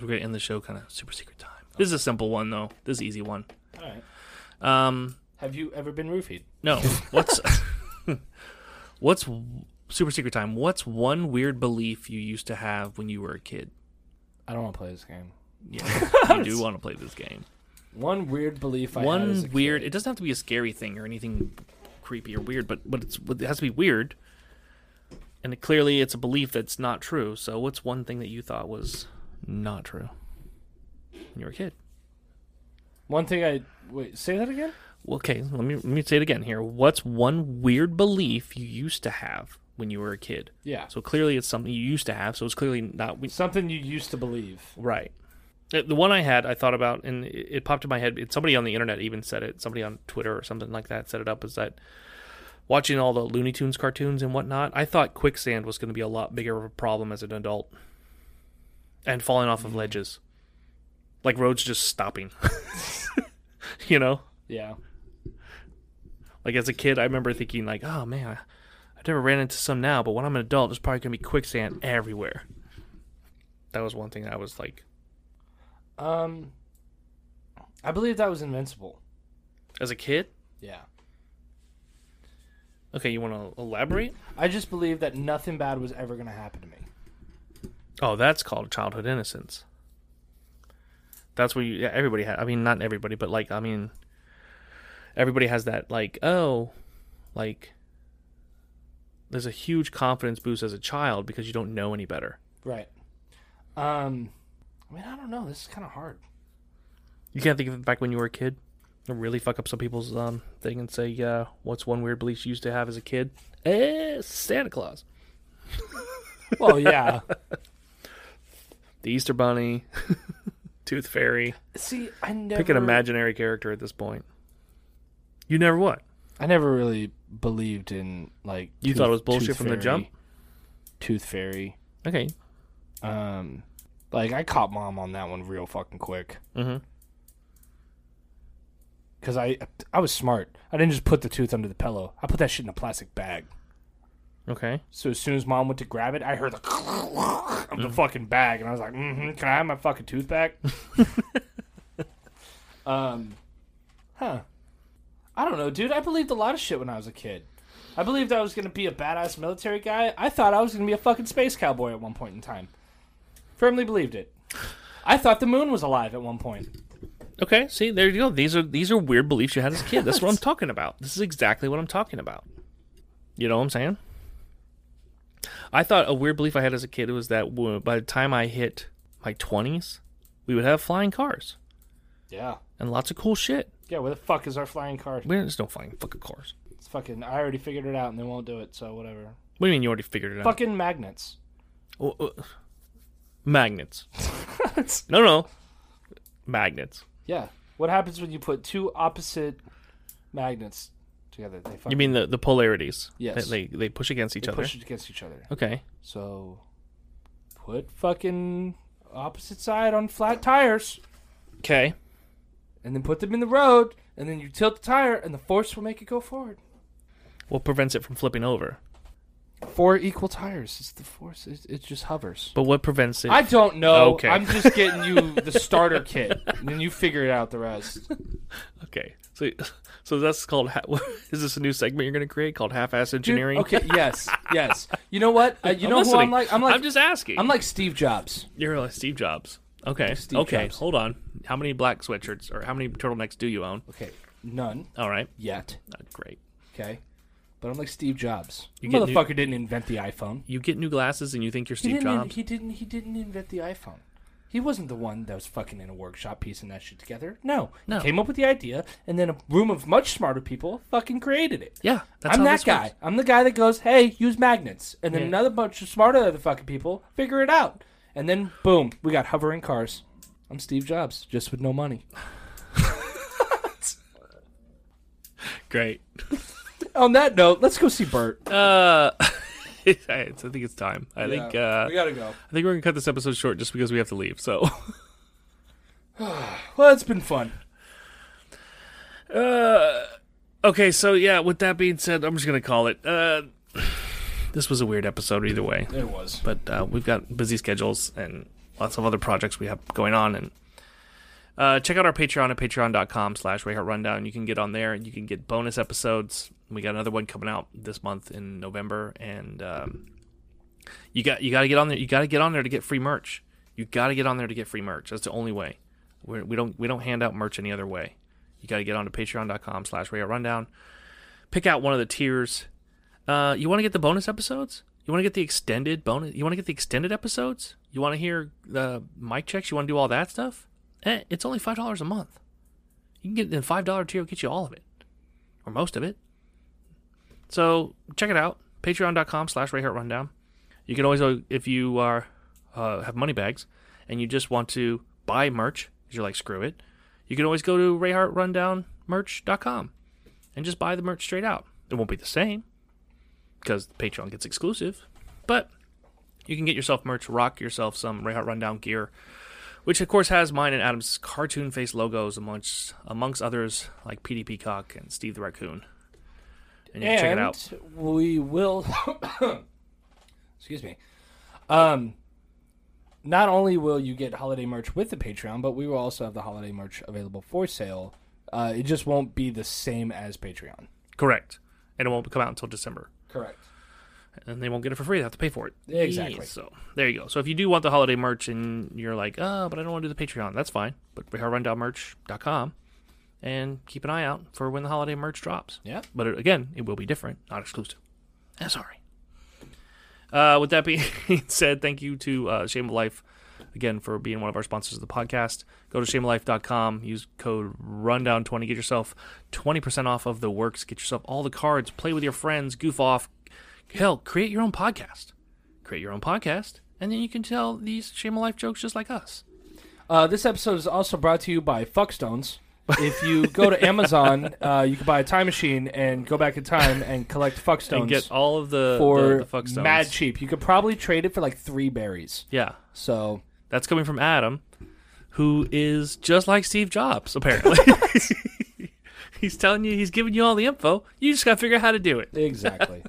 Speaker 1: We're gonna end the show kind of super secret time. This is a simple one though. This is an easy one.
Speaker 2: All right.
Speaker 1: Um,
Speaker 2: Have you ever been roofied?
Speaker 1: no, what's what's w- super secret time? What's one weird belief you used to have when you were a kid?
Speaker 2: I don't want to play this game.
Speaker 1: Yeah, you do want to play this game.
Speaker 2: One weird belief. I had as a
Speaker 1: one
Speaker 2: kid.
Speaker 1: weird. It doesn't have to be a scary thing or anything creepy or weird, but but it's it has to be weird. And it- clearly, it's a belief that's not true. So, what's one thing that you thought was not true when you were a kid?
Speaker 2: One thing I wait. Say that again.
Speaker 1: Well, Okay, let me let me say it again here. What's one weird belief you used to have when you were a kid?
Speaker 2: Yeah.
Speaker 1: So clearly, it's something you used to have. So it's clearly not we-
Speaker 2: Something you used to believe.
Speaker 1: Right. The the one I had, I thought about, and it it popped in my head. It- Somebody on the internet even said it. Somebody on Twitter or something like that set it up. Is that watching all the Looney Tunes cartoons and whatnot? I thought quicksand was going to be a lot bigger of a problem as an adult, and falling off of ledges, like roads just stopping. you know,
Speaker 2: Yeah.
Speaker 1: like as a kid, I remember thinking like, "Oh man, I, I never ran into some now, but when I'm an adult, there's probably going to be quicksand everywhere." That was one thing I was like,
Speaker 2: Um. I believe that was invincible.
Speaker 1: as a kid.
Speaker 2: Yeah.
Speaker 1: Okay, you want to elaborate?
Speaker 2: I just believed that nothing bad was ever going to happen to me.
Speaker 1: Oh, that's called childhood innocence. That's where you yeah, everybody ha I mean, not everybody, but like I mean, everybody has that like oh, like there's a huge confidence boost as a child because you don't know any better.
Speaker 2: Right. Um. I mean, I don't know. This is kind of hard.
Speaker 1: You can't think of it back when you were a kid. And really fuck up some people's um thing and say, uh, what's one weird belief you used to have as a kid? Eh, Santa Claus,
Speaker 2: Well, yeah.
Speaker 1: the Easter Bunny, Tooth Fairy.
Speaker 2: See, I never
Speaker 1: Pick an imaginary character at this point. You never what?
Speaker 2: I never really believed in like
Speaker 1: You thought it was bullshit from the jump?
Speaker 2: Tooth fairy.
Speaker 1: Okay.
Speaker 2: Um, like I caught mom on that one real fucking quick
Speaker 1: Mm-hmm.
Speaker 2: because I I was smart. I didn't just put the tooth under the pillow. I put that shit in a plastic bag.
Speaker 1: Okay.
Speaker 2: So as soon as mom went to grab it, I heard the of the fucking bag, and I was like, mm-hmm, "Can I have my fucking tooth back?" um, huh? I don't know, dude. I believed a lot of shit when I was a kid. I believed I was gonna be a badass military guy. I thought I was gonna be a fucking space cowboy at one point in time. Firmly believed it. I thought the moon was alive at one point.
Speaker 1: Okay. See, there you go. These are these are weird beliefs you had as a kid. That's what I'm talking about. This is exactly what I'm talking about. You know what I'm saying? I thought a weird belief I had as a kid was that w- by the time I hit my 20s, we would have flying cars
Speaker 2: Yeah.
Speaker 1: and lots of cool shit.
Speaker 2: Yeah. Where the fuck is our flying car?
Speaker 1: There's no flying fucking cars.
Speaker 2: It's fucking. I already figured it out, and they won't do it. So whatever.
Speaker 1: What do you mean you already figured it out?
Speaker 2: Fucking magnets.
Speaker 1: Oh, oh. Magnets. No, no. Magnets.
Speaker 2: Yeah. What happens when you put two opposite magnets together? They fucking
Speaker 1: You mean the, the polarities?
Speaker 2: Yes.
Speaker 1: They, they they push against each
Speaker 2: they
Speaker 1: other.
Speaker 2: push it against each other.
Speaker 1: Okay.
Speaker 2: So put fucking opposite side on flat tires
Speaker 1: Okay.
Speaker 2: and then put them in the road and then you tilt the tire and the force will make it go forward.
Speaker 1: What prevents it from flipping over?
Speaker 2: Four equal tires. It's the force. It, it just hovers.
Speaker 1: But what prevents it?
Speaker 2: I don't know.
Speaker 1: Okay.
Speaker 2: I'm just getting you the starter kit, and then you figure it out the rest.
Speaker 1: Okay. So so that's called. Ha- is this a new segment you're going to create called half-ass engineering?
Speaker 2: Okay. Yes. Yes. You know what? Uh, you
Speaker 1: I'm
Speaker 2: know who
Speaker 1: listening.
Speaker 2: I'm like? I'm like
Speaker 1: I'm just asking.
Speaker 2: I'm like Steve Jobs.
Speaker 1: You're like Steve Jobs. Okay.
Speaker 2: Steve
Speaker 1: okay.
Speaker 2: Jobs.
Speaker 1: Hold on. How many black sweatshirts or how many turtlenecks do you own?
Speaker 2: Okay, none
Speaker 1: All right.
Speaker 2: yet.
Speaker 1: Uh, great.
Speaker 2: Okay, but I'm like Steve Jobs.
Speaker 1: You get new-
Speaker 2: Motherfucker didn't invent the iPhone.
Speaker 1: You get new glasses and you think you're
Speaker 2: He
Speaker 1: Steve
Speaker 2: didn't. in-
Speaker 1: Jobs.
Speaker 2: He didn't. He didn't invent the iPhone. He He wasn't the one that was fucking in a workshop piecing that shit together. No,
Speaker 1: No.
Speaker 2: he came up with the idea, and then a room of much smarter people fucking created it.
Speaker 1: Yeah, that's
Speaker 2: I'm
Speaker 1: how
Speaker 2: that
Speaker 1: this
Speaker 2: guy.
Speaker 1: works.
Speaker 2: I'm the guy that goes, "Hey, use magnets," and then
Speaker 1: Yeah.
Speaker 2: another bunch of smarter other fucking people figure it out, and then boom, we got hovering cars. I'm Steve Jobs, just with no money.
Speaker 1: Great.
Speaker 2: On that note, let's go see Bert.
Speaker 1: Uh, I think it's time. I think uh,
Speaker 2: we gotta go.
Speaker 1: I think we're gonna cut this episode short just because we have to leave. So,
Speaker 2: Well, it's been fun.
Speaker 1: uh, okay. So yeah, with that being said, I'm just gonna call it. Uh, this was a weird episode either way,
Speaker 2: It was.
Speaker 1: but uh, we've got busy schedules and lots of other projects we have going on and. Uh, check out our Patreon at patreon.com slash Ray Hart Rundown. You can get on there and you can get bonus episodes. We got another one coming out this month in November, and um, you got you got to get on there. You got to get on there to get free merch. You got to get on there to get free merch. That's the only way. We're, we don't we don't hand out merch any other way. You got to get on to patreon.com slash Ray Hart Rundown. Pick out one of the tiers. Uh, you want to get the bonus episodes? You want to get the extended bonus? You want to get the extended episodes? You want to hear the mic checks? You want to do all that stuff? Eh, it's only five dollars a month. You can get the five dollar tier will get you all of it, or most of it. So check it out, patreon.com slash Ray Hart Rundown. You can always, uh, if you are uh, have money bags and you just want to buy merch, 'cause you're like screw it, you can always go to rayhartrundownmerch.com and just buy the merch straight out. It won't be the same because Patreon gets exclusive, but you can get yourself merch, rock yourself some Ray Hart Rundown gear which of course has mine and Adam's cartoon face logos amongst amongst others like Petey Peacock and Steve the Raccoon. And you can check it out.
Speaker 2: We will. excuse me. Um, not only will you get holiday merch with the Patreon, but we will also have the holiday merch available for sale. Uh, it just won't be the same as Patreon.
Speaker 1: Correct. And it won't come out until December.
Speaker 2: Correct.
Speaker 1: And they won't get it for free. They have to pay for it.
Speaker 2: Exactly.
Speaker 1: So there you go. So if you do want the holiday merch and you're like, oh, but I don't want to do the Patreon, that's fine. But RayHartRundownMerch.com and keep an eye out for when the holiday merch drops.
Speaker 2: Yeah.
Speaker 1: But it, again, it will be different, not exclusive. Eh, sorry. Uh, with that being said, thank you to uh, Shame of Life again for being one of our sponsors of the podcast. Go to shameoflife.com, use code rundown20, get yourself 20% off of the works, get yourself all the cards, play with your friends, goof off. Hell, create your own podcast. Create your own podcast, and then you can tell these Shame of Life jokes just like us.
Speaker 2: Uh, this episode is also brought to you by Fuckstones. If you go to Amazon, uh, you can buy a time machine and go back in time and collect Fuckstones
Speaker 1: And get all of the,
Speaker 2: for
Speaker 1: the, the fuck stones.
Speaker 2: mad cheap. You could probably trade it for like three berries.
Speaker 1: Yeah.
Speaker 2: So
Speaker 1: That's coming from Adam, who is just like Steve Jobs, apparently. he's telling you, he's giving you all the info. You just got to figure out how to do it.
Speaker 2: Exactly.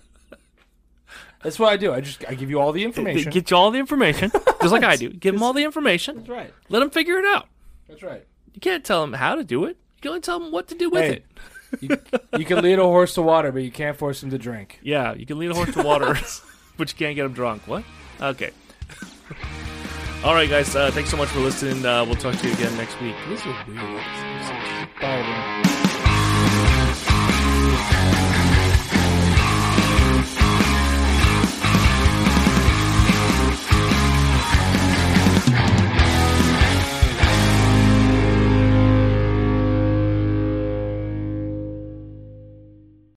Speaker 2: That's what I do. I just I give you all the information.
Speaker 1: Get you all the information, just like I do. Give him all the information.
Speaker 2: That's right.
Speaker 1: Let him figure it out.
Speaker 2: That's right.
Speaker 1: You can't tell him how to do it. You can only tell him what to do with
Speaker 2: Hey.
Speaker 1: it.
Speaker 2: You, you can lead a horse to water, but you can't force him to drink.
Speaker 1: Yeah, you can lead a horse to water, but you can't get him drunk. What? Okay. all right, guys. Uh, thanks so much for listening. Uh, we'll talk to you again next week. This is a weird.
Speaker 2: Bye, everyone.